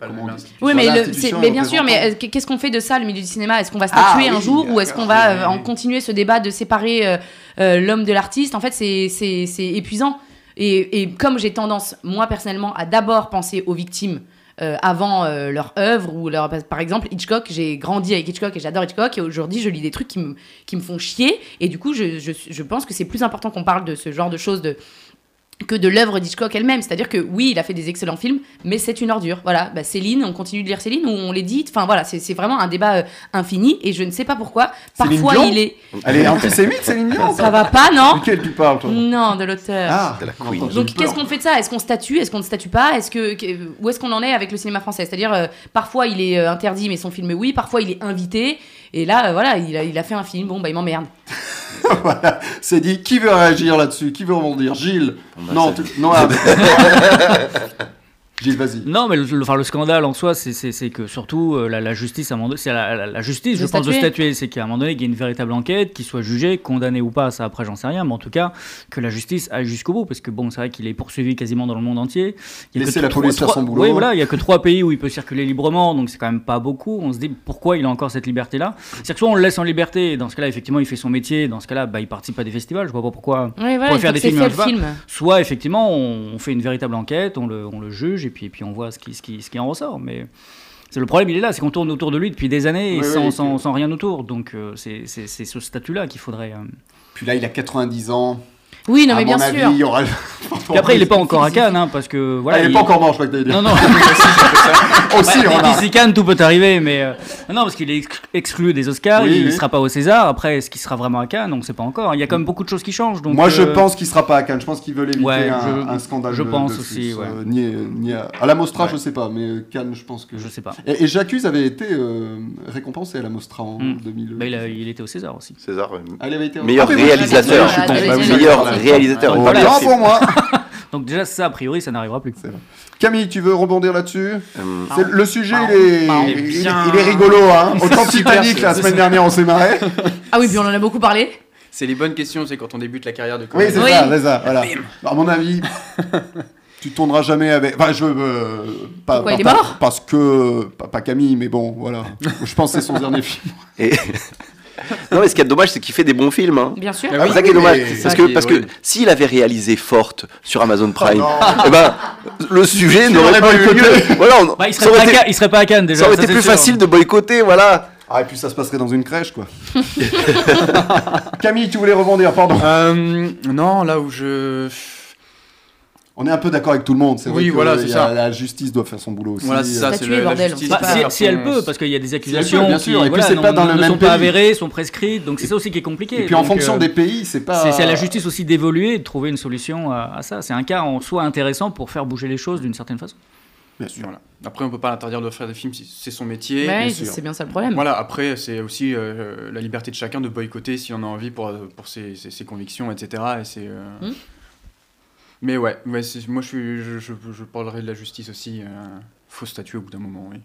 Speaker 2: comment on dit
Speaker 4: Oui, mais,
Speaker 2: Voilà,
Speaker 4: le- c'est-
Speaker 2: institution
Speaker 4: mais
Speaker 2: et
Speaker 4: bien sûr, mais
Speaker 2: représentant.
Speaker 4: euh, qu'est-ce qu'on fait de ça, le milieu du cinéma Est-ce qu'on va statuer
Speaker 2: Ah,
Speaker 4: un
Speaker 2: oui,
Speaker 4: jour ou est-ce
Speaker 2: d'accord,
Speaker 4: qu'on va
Speaker 2: oui,
Speaker 4: euh, en
Speaker 2: oui.
Speaker 4: continuer ce débat de séparer euh, euh, l'homme de l'artiste En fait, c'est- c'est c'est épuisant. Et, et comme j'ai tendance, moi personnellement, à d'abord penser aux victimes euh, avant euh, leur œuvre ou leur. Par exemple, Hitchcock, j'ai grandi avec Hitchcock et j'adore Hitchcock et aujourd'hui, je lis des trucs qui me, qui me font chier et du coup, je, je, je pense que c'est plus important qu'on parle de ce genre de choses de que de l'œuvre d'Hitchcock elle-même. C'est-à-dire que oui, il a fait des excellents films, mais c'est une ordure. Voilà, Bah, Céline, on continue de lire Céline ou on les dit. Enfin voilà, c'est c'est vraiment un débat euh, infini et je ne sais pas pourquoi.
Speaker 2: Céline
Speaker 4: Parfois,
Speaker 2: Dion
Speaker 4: il est.
Speaker 2: Elle est antisémite, Céline Dion
Speaker 4: Ça va pas,
Speaker 2: (laughs)
Speaker 4: non
Speaker 2: Duquel tu parles,
Speaker 5: Mmh.
Speaker 2: toi
Speaker 4: Non, de l'auteur.
Speaker 2: Ah,
Speaker 3: De la Queen.
Speaker 2: attends, j'ai
Speaker 4: Donc
Speaker 2: eu
Speaker 4: qu'est-ce
Speaker 2: peur.
Speaker 4: qu'on fait de ça Est-ce qu'on statue Est-ce qu'on ne statue pas Est-ce que que- où est-ce qu'on en est avec le cinéma français C'est-à-dire euh, parfois il est euh, interdit mais son film oui, parfois il est invité et là euh, voilà il a, il a fait un film bon bah il m'emmerde.
Speaker 2: Voilà, c'est dit. Qui veut réagir là-dessus Qui veut rebondir Gilles
Speaker 3: bah,
Speaker 2: Non,
Speaker 3: ça-
Speaker 2: tu- non. ah, Gilles, vas-y.
Speaker 5: Non, mais le, le- enfin, le scandale en soi, c'est- c'est c'est que surtout euh, la, la justice, à un moment donné- c'est la, la- la justice,
Speaker 4: De
Speaker 5: je pense, de
Speaker 4: statuer.
Speaker 5: statuer. C'est qu'à un moment donné, qu'il y ait une véritable enquête, qu'il soit jugé, condamné ou pas, ça après, j'en sais rien, mais en tout cas, que la justice aille jusqu'au bout, parce que bon, c'est vrai qu'il est poursuivi quasiment dans le monde entier. Il y a que
Speaker 2: Laissez
Speaker 5: trois-
Speaker 2: la police faire son
Speaker 5: trois-
Speaker 2: boulot.
Speaker 5: Oui, voilà, il y a que trois pays où il peut circuler librement, donc c'est quand même pas beaucoup. On se dit pourquoi il a encore cette liberté-là. C'est-à-dire que soit on le laisse en liberté, et dans ce cas-là, effectivement, il fait son métier, dans ce cas-là, bah, il participe à des festivals, je vois pas pourquoi.
Speaker 4: Oui
Speaker 5: voilà,
Speaker 4: voilà.
Speaker 5: Pour il faire faut des que c'est films, fait je le
Speaker 4: le
Speaker 5: vois.
Speaker 4: film.
Speaker 5: Soit effectivement, on, on fait une véritable enquête, on le, on le juge et puis, et puis on voit ce qui, ce, qui, ce qui en ressort. Mais c'est le problème, il est là, c'est qu'on tourne autour de lui depuis des années et
Speaker 2: Oui,
Speaker 5: sans,
Speaker 2: oui,
Speaker 5: sans,
Speaker 2: que-
Speaker 5: sans rien autour. Donc euh, c'est c'est- c'est ce statut-là qu'il faudrait. euh.
Speaker 2: Puis là, il a 90 ans.
Speaker 4: Oui non
Speaker 2: à
Speaker 4: mais bien
Speaker 2: mon avis,
Speaker 4: sûr.
Speaker 2: il y aura.
Speaker 5: Puis après, il n'est pas encore à Cannes, hein, parce que voilà.
Speaker 2: Ah, il est pas encore mort, je crois que Oh, t'allais dire.
Speaker 5: (laughs) Non, non.
Speaker 2: (laughs) Aussi,
Speaker 5: Bah,
Speaker 2: remarque.
Speaker 5: d'ici Cannes, tout peut arriver, mais euh, non, parce qu'il est ex- exclu des Oscars,
Speaker 2: Oui,
Speaker 5: il ne
Speaker 2: oui.
Speaker 5: sera pas au César. Après, est-ce qu'il sera vraiment à Cannes On ne sait pas encore. Il y a quand même beaucoup de choses qui changent. Donc,
Speaker 2: Moi, je
Speaker 5: euh,
Speaker 2: pense qu'il sera pas à Cannes. Je pense qu'ils veulent éviter
Speaker 5: Ouais,
Speaker 2: un,
Speaker 5: je-
Speaker 2: un scandale.
Speaker 5: je
Speaker 2: de-
Speaker 5: pense
Speaker 2: de
Speaker 5: aussi,
Speaker 2: plus,
Speaker 5: ouais.
Speaker 2: euh, ni- ni à, à la Mostra,
Speaker 5: Ouais.
Speaker 2: je sais pas, mais euh, Cannes, je pense que.
Speaker 5: Je sais pas.
Speaker 2: Et, et J'accuse avait été euh, récompensé à la Mostra en
Speaker 5: Hmm.
Speaker 2: 2000.
Speaker 5: Bah, il, a- il était au César aussi.
Speaker 3: César, euh,
Speaker 2: Ah, il avait été.
Speaker 3: meilleur
Speaker 2: Ah, mais moi,
Speaker 3: réalisateur.
Speaker 2: je pense.
Speaker 4: Ouais,
Speaker 2: Bah oui,
Speaker 3: meilleur
Speaker 2: voilà.
Speaker 3: réalisateur.
Speaker 2: Bon,
Speaker 3: pas
Speaker 2: voilà,
Speaker 3: meilleur film.
Speaker 2: pour moi.
Speaker 5: Donc déjà, ça, a priori, ça n'arrivera plus.
Speaker 2: Camille, tu veux rebondir là-dessus
Speaker 6: Ah.
Speaker 3: Hum,
Speaker 2: C'est- Le sujet, il est,
Speaker 6: Il est
Speaker 2: il- il
Speaker 6: bien-
Speaker 2: est rigolo. Hein Autant
Speaker 6: Super,
Speaker 2: Titanic,
Speaker 6: c'est-
Speaker 2: la
Speaker 6: c'est
Speaker 2: semaine dernière, on s'est marré.
Speaker 4: Ah oui puis on en a beaucoup parlé.
Speaker 6: C'est les bonnes questions, c'est quand on débute la carrière de
Speaker 2: Oui,
Speaker 6: comédien.
Speaker 2: c'est
Speaker 4: Oui.
Speaker 2: ça, c'est ça. Voilà. À mon avis, tu tourneras jamais avec. Enfin, je. euh, pas,
Speaker 4: Pourquoi, il est
Speaker 2: pas-
Speaker 4: mort
Speaker 2: Parce que. Pas, pas Camille, mais bon, voilà. Je pense que c'est son dernier film.
Speaker 3: et- (laughs) non, mais ce qui est dommage, c'est qu'il fait des bons films. hein.
Speaker 4: Bien sûr.
Speaker 6: Ah
Speaker 3: C'est
Speaker 6: oui,
Speaker 3: ça qui est
Speaker 2: mais-
Speaker 3: dommage.
Speaker 2: C'est
Speaker 3: Parce
Speaker 6: ça qui
Speaker 3: que,
Speaker 6: est
Speaker 3: parce que
Speaker 6: horrible. Oh
Speaker 3: s'il avait réalisé Forte sur Amazon Prime,
Speaker 2: Non.
Speaker 3: eh ben, le sujet n'aurait
Speaker 2: l'aurais
Speaker 3: pas eu
Speaker 2: boycotté.
Speaker 3: lieu. (laughs) Voilà, on-
Speaker 5: Bah, il
Speaker 3: ça
Speaker 5: serait,
Speaker 3: aurait
Speaker 5: pas à
Speaker 3: été,
Speaker 5: Cannes- il serait pas à Cannes déjà.
Speaker 3: ça aurait été
Speaker 5: c'est
Speaker 3: plus
Speaker 5: sûr.
Speaker 3: facile de boycotter, voilà.
Speaker 2: Ah, et puis ça se passerait dans une crèche, quoi. (laughs) Camille, tu voulais rebondir, pardon.
Speaker 6: Euh, non, là où je.
Speaker 2: On est un peu d'accord avec tout le monde, c'est vrai.
Speaker 6: Oui,
Speaker 2: que
Speaker 6: voilà, c'est
Speaker 2: il y a-
Speaker 6: ça.
Speaker 2: La justice doit faire son boulot aussi. euh.
Speaker 6: Voilà, c'est ça,
Speaker 4: Statuer,
Speaker 6: c'est le- la
Speaker 4: bordel,
Speaker 6: justice
Speaker 4: on
Speaker 5: Bah,
Speaker 4: sait pas.
Speaker 6: qui va
Speaker 5: si,
Speaker 6: faire
Speaker 5: si elle
Speaker 6: son-
Speaker 5: peut, parce qu'il y a des
Speaker 2: peut,
Speaker 5: accusations
Speaker 2: bien sûr,
Speaker 5: qui
Speaker 2: et puis
Speaker 5: voilà,
Speaker 2: c'est
Speaker 5: non-
Speaker 2: pas dans le
Speaker 5: ne
Speaker 2: même
Speaker 5: sont pas
Speaker 2: pays.
Speaker 5: avérées, sont prescrites, donc c'est ça aussi qui est compliqué.
Speaker 2: Et puis en
Speaker 5: Donc,
Speaker 2: fonction
Speaker 5: euh,
Speaker 2: des pays, c'est pas.
Speaker 5: C'est c'est à la justice aussi d'évoluer et de trouver une solution à, à ça. C'est un cas en soi intéressant pour faire bouger les choses d'une certaine façon.
Speaker 2: Bien sûr.
Speaker 6: Voilà. Après, on peut pas l'interdire de faire des films, si c'est son métier.
Speaker 4: Ouais,
Speaker 2: sûr.
Speaker 4: c'est bien ça le problème.
Speaker 6: Voilà, après, c'est aussi euh, la liberté de chacun de boycotter si on a envie pour, euh, pour ses, ses- ses convictions, etc. Et c'est, euh,
Speaker 4: Hmm.
Speaker 6: Mais ouais, ouais, c'est- moi je, suis, je, je, je parlerai de la justice aussi. euh, faut statuer au bout d'un moment, oui.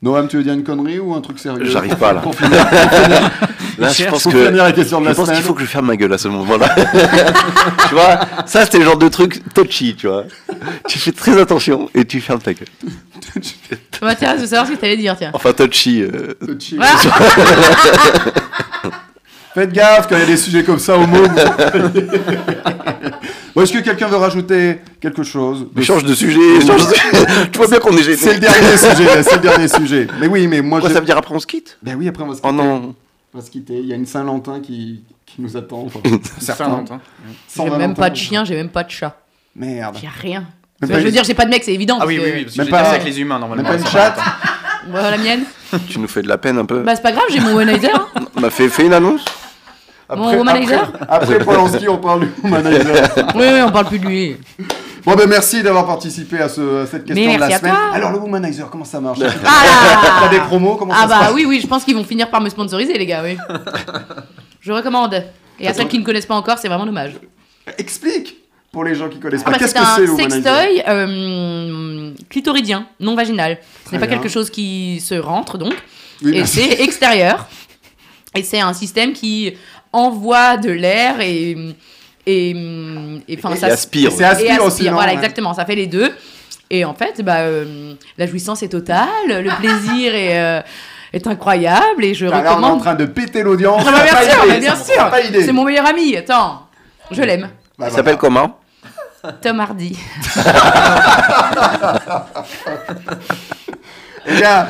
Speaker 2: Noam, tu veux dire une connerie ou un truc sérieux
Speaker 3: J'arrive pas, là.
Speaker 2: Pour finir,
Speaker 3: Là, je
Speaker 5: cherche
Speaker 3: pense
Speaker 2: pour
Speaker 3: que.
Speaker 2: finir la question de
Speaker 3: Je
Speaker 2: la
Speaker 3: pense
Speaker 2: semaine.
Speaker 3: qu'il faut que je ferme ma gueule à ce moment-là. (laughs) tu vois, ça c'était le genre de truc touchy, tu vois. Tu fais très attention et tu fermes ta gueule.
Speaker 4: Ça m'intéresse de savoir ce que t'allais dire tiens.
Speaker 3: Enfin touchy. euh,
Speaker 2: Touchy. Faites gaffe quand il y a des sujets comme ça au monde.
Speaker 3: (laughs)
Speaker 2: bon, est-ce que quelqu'un veut rajouter quelque chose
Speaker 3: Mais change de sujet. change de sujet. (laughs) tu vois bien qu'on est gêné.
Speaker 2: C'est le dernier sujet, là, c'est le dernier sujet. Mais oui, mais moi
Speaker 3: Quoi,
Speaker 2: je.
Speaker 3: ça veut dire après on se quitte
Speaker 2: Ben oui, après on va se
Speaker 3: Oh
Speaker 2: quitter.
Speaker 3: non.
Speaker 2: On va se quitter. Il y a une Saint-Lantin qui... qui nous attend. Enfin, certains.
Speaker 6: Saint-Valentin.
Speaker 4: J'ai
Speaker 2: Saint-Valentin.
Speaker 4: même pas de chien, j'ai même pas de chat.
Speaker 2: Merde.
Speaker 4: J'ai rien.
Speaker 2: Oh, Même
Speaker 4: Enfin,
Speaker 2: pas
Speaker 4: je veux
Speaker 2: une-
Speaker 4: dire, j'ai pas de mec, c'est évident.
Speaker 6: Ah oui,
Speaker 4: parce
Speaker 6: oui,
Speaker 4: que-
Speaker 6: oui, parce que
Speaker 2: Même
Speaker 6: j'ai
Speaker 2: pas-
Speaker 6: pas avec les humains normalement.
Speaker 2: Même pas une
Speaker 6: ça hein.
Speaker 2: chatte.
Speaker 4: Voilà la mienne.
Speaker 3: Tu nous fais de la peine un peu.
Speaker 4: Bah, c'est pas grave, j'ai mon womanizer. hein.
Speaker 3: On m'a fait, fait une annonce
Speaker 4: Mon womanizer
Speaker 2: après, après Polanski, on parle du womanizer.
Speaker 4: (laughs) Oui, oui, on parle plus de lui.
Speaker 2: Bon, ben merci d'avoir participé à, ce- à cette question
Speaker 4: Mais
Speaker 2: de la
Speaker 4: merci à
Speaker 2: semaine.
Speaker 4: toi.
Speaker 2: Alors, le womanizer, comment ça marche T'as
Speaker 4: Ah,
Speaker 2: des promos Comment
Speaker 4: Ah
Speaker 2: ça se
Speaker 4: bah
Speaker 2: passe
Speaker 4: oui, oui, je pense qu'ils vont finir par me sponsoriser, les gars, oui. Je recommande. Et à celles qui ne connaissent pas encore, c'est vraiment dommage.
Speaker 2: Explique pour les gens qui connaissent
Speaker 4: Ah
Speaker 2: pas.
Speaker 4: bah,
Speaker 2: Qu'est-ce
Speaker 4: c'est
Speaker 2: que c'est
Speaker 4: un
Speaker 2: le
Speaker 4: sextoy euh, clitoridien, non vaginal. Ce
Speaker 2: Très
Speaker 4: n'est pas
Speaker 2: bien.
Speaker 4: quelque chose qui se rentre donc,
Speaker 2: Oui,
Speaker 4: et
Speaker 2: merci. (laughs)
Speaker 4: c'est extérieur. Et c'est un système qui envoie de l'air et et et enfin
Speaker 3: Et
Speaker 4: ça
Speaker 3: aspire.
Speaker 2: Et c'est hein. aspire
Speaker 4: et
Speaker 2: aussi, non,
Speaker 4: voilà
Speaker 2: ouais.
Speaker 4: exactement, ça fait les deux. Et en fait, bah, euh, la jouissance est totale, le plaisir est, euh, est incroyable et je
Speaker 2: Putain, Là, on est en
Speaker 4: recommande.
Speaker 2: train de péter l'audience.
Speaker 4: Ah bah, bien
Speaker 2: Pas
Speaker 4: sûr,
Speaker 2: idée,
Speaker 4: mais bien
Speaker 2: ça,
Speaker 4: sûr,
Speaker 2: Pas idée.
Speaker 4: c'est mon meilleur ami. Attends, je l'aime,
Speaker 2: Bah,
Speaker 3: Il s'appelle
Speaker 2: voilà.
Speaker 3: comment
Speaker 4: Tom Hardy.
Speaker 2: Eh bien,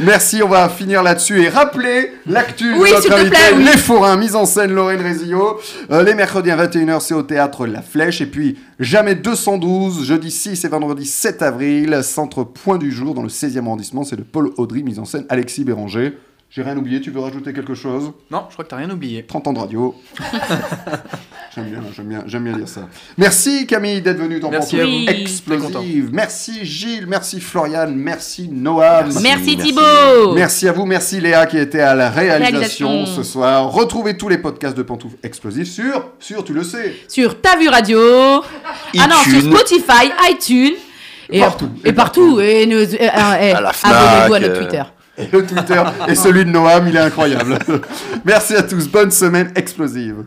Speaker 2: merci, on va finir là-dessus et rappeler l'actu
Speaker 4: Oui,
Speaker 2: de notre
Speaker 4: s'il te
Speaker 2: invité,
Speaker 4: plaît, oui.
Speaker 2: Les Forains, mise en scène Lorraine Rézillo. Euh, les mercredis à 21h, c'est au théâtre La Flèche. Et puis, jamais 212, jeudi 6 et vendredi 7 avril, centre Point du Jour dans le 16e arrondissement. C'est de Paul Audry, mise en scène Alexis Béranger. J'ai rien oublié, tu veux rajouter quelque chose
Speaker 6: Non, je crois que t'as rien oublié.
Speaker 2: 30 ans de
Speaker 4: (laughs)
Speaker 2: radio. j'aime bien, j'aime bien, j'aime bien dire ça. Merci Camille d'être venue dans
Speaker 6: Merci
Speaker 2: Pantoufle
Speaker 6: à
Speaker 4: vous. Oui,
Speaker 6: très
Speaker 2: Explosive. Merci Gilles, merci Florian, merci Noam.
Speaker 4: Merci,
Speaker 3: merci.
Speaker 4: Thibaut.
Speaker 2: Merci à vous, merci Léa qui était à la réalisation,
Speaker 4: Oh. Réalisation.
Speaker 2: ce soir. Retrouvez tous les podcasts de Pantoufles Explosifs sur, sur, tu le sais,
Speaker 4: sur Ta Vue Radio. Ah non, sur
Speaker 3: iTunes.
Speaker 4: Spotify, iTunes. Et
Speaker 2: Partout.
Speaker 4: Et partout. Et nous- euh, euh, eh,
Speaker 3: À la Fnac,
Speaker 4: Abonnez-vous à
Speaker 3: euh.
Speaker 4: notre Twitter.
Speaker 2: et le (laughs) Twitter, et celui de Noam, il est incroyable. merci à tous, bonne semaine explosive.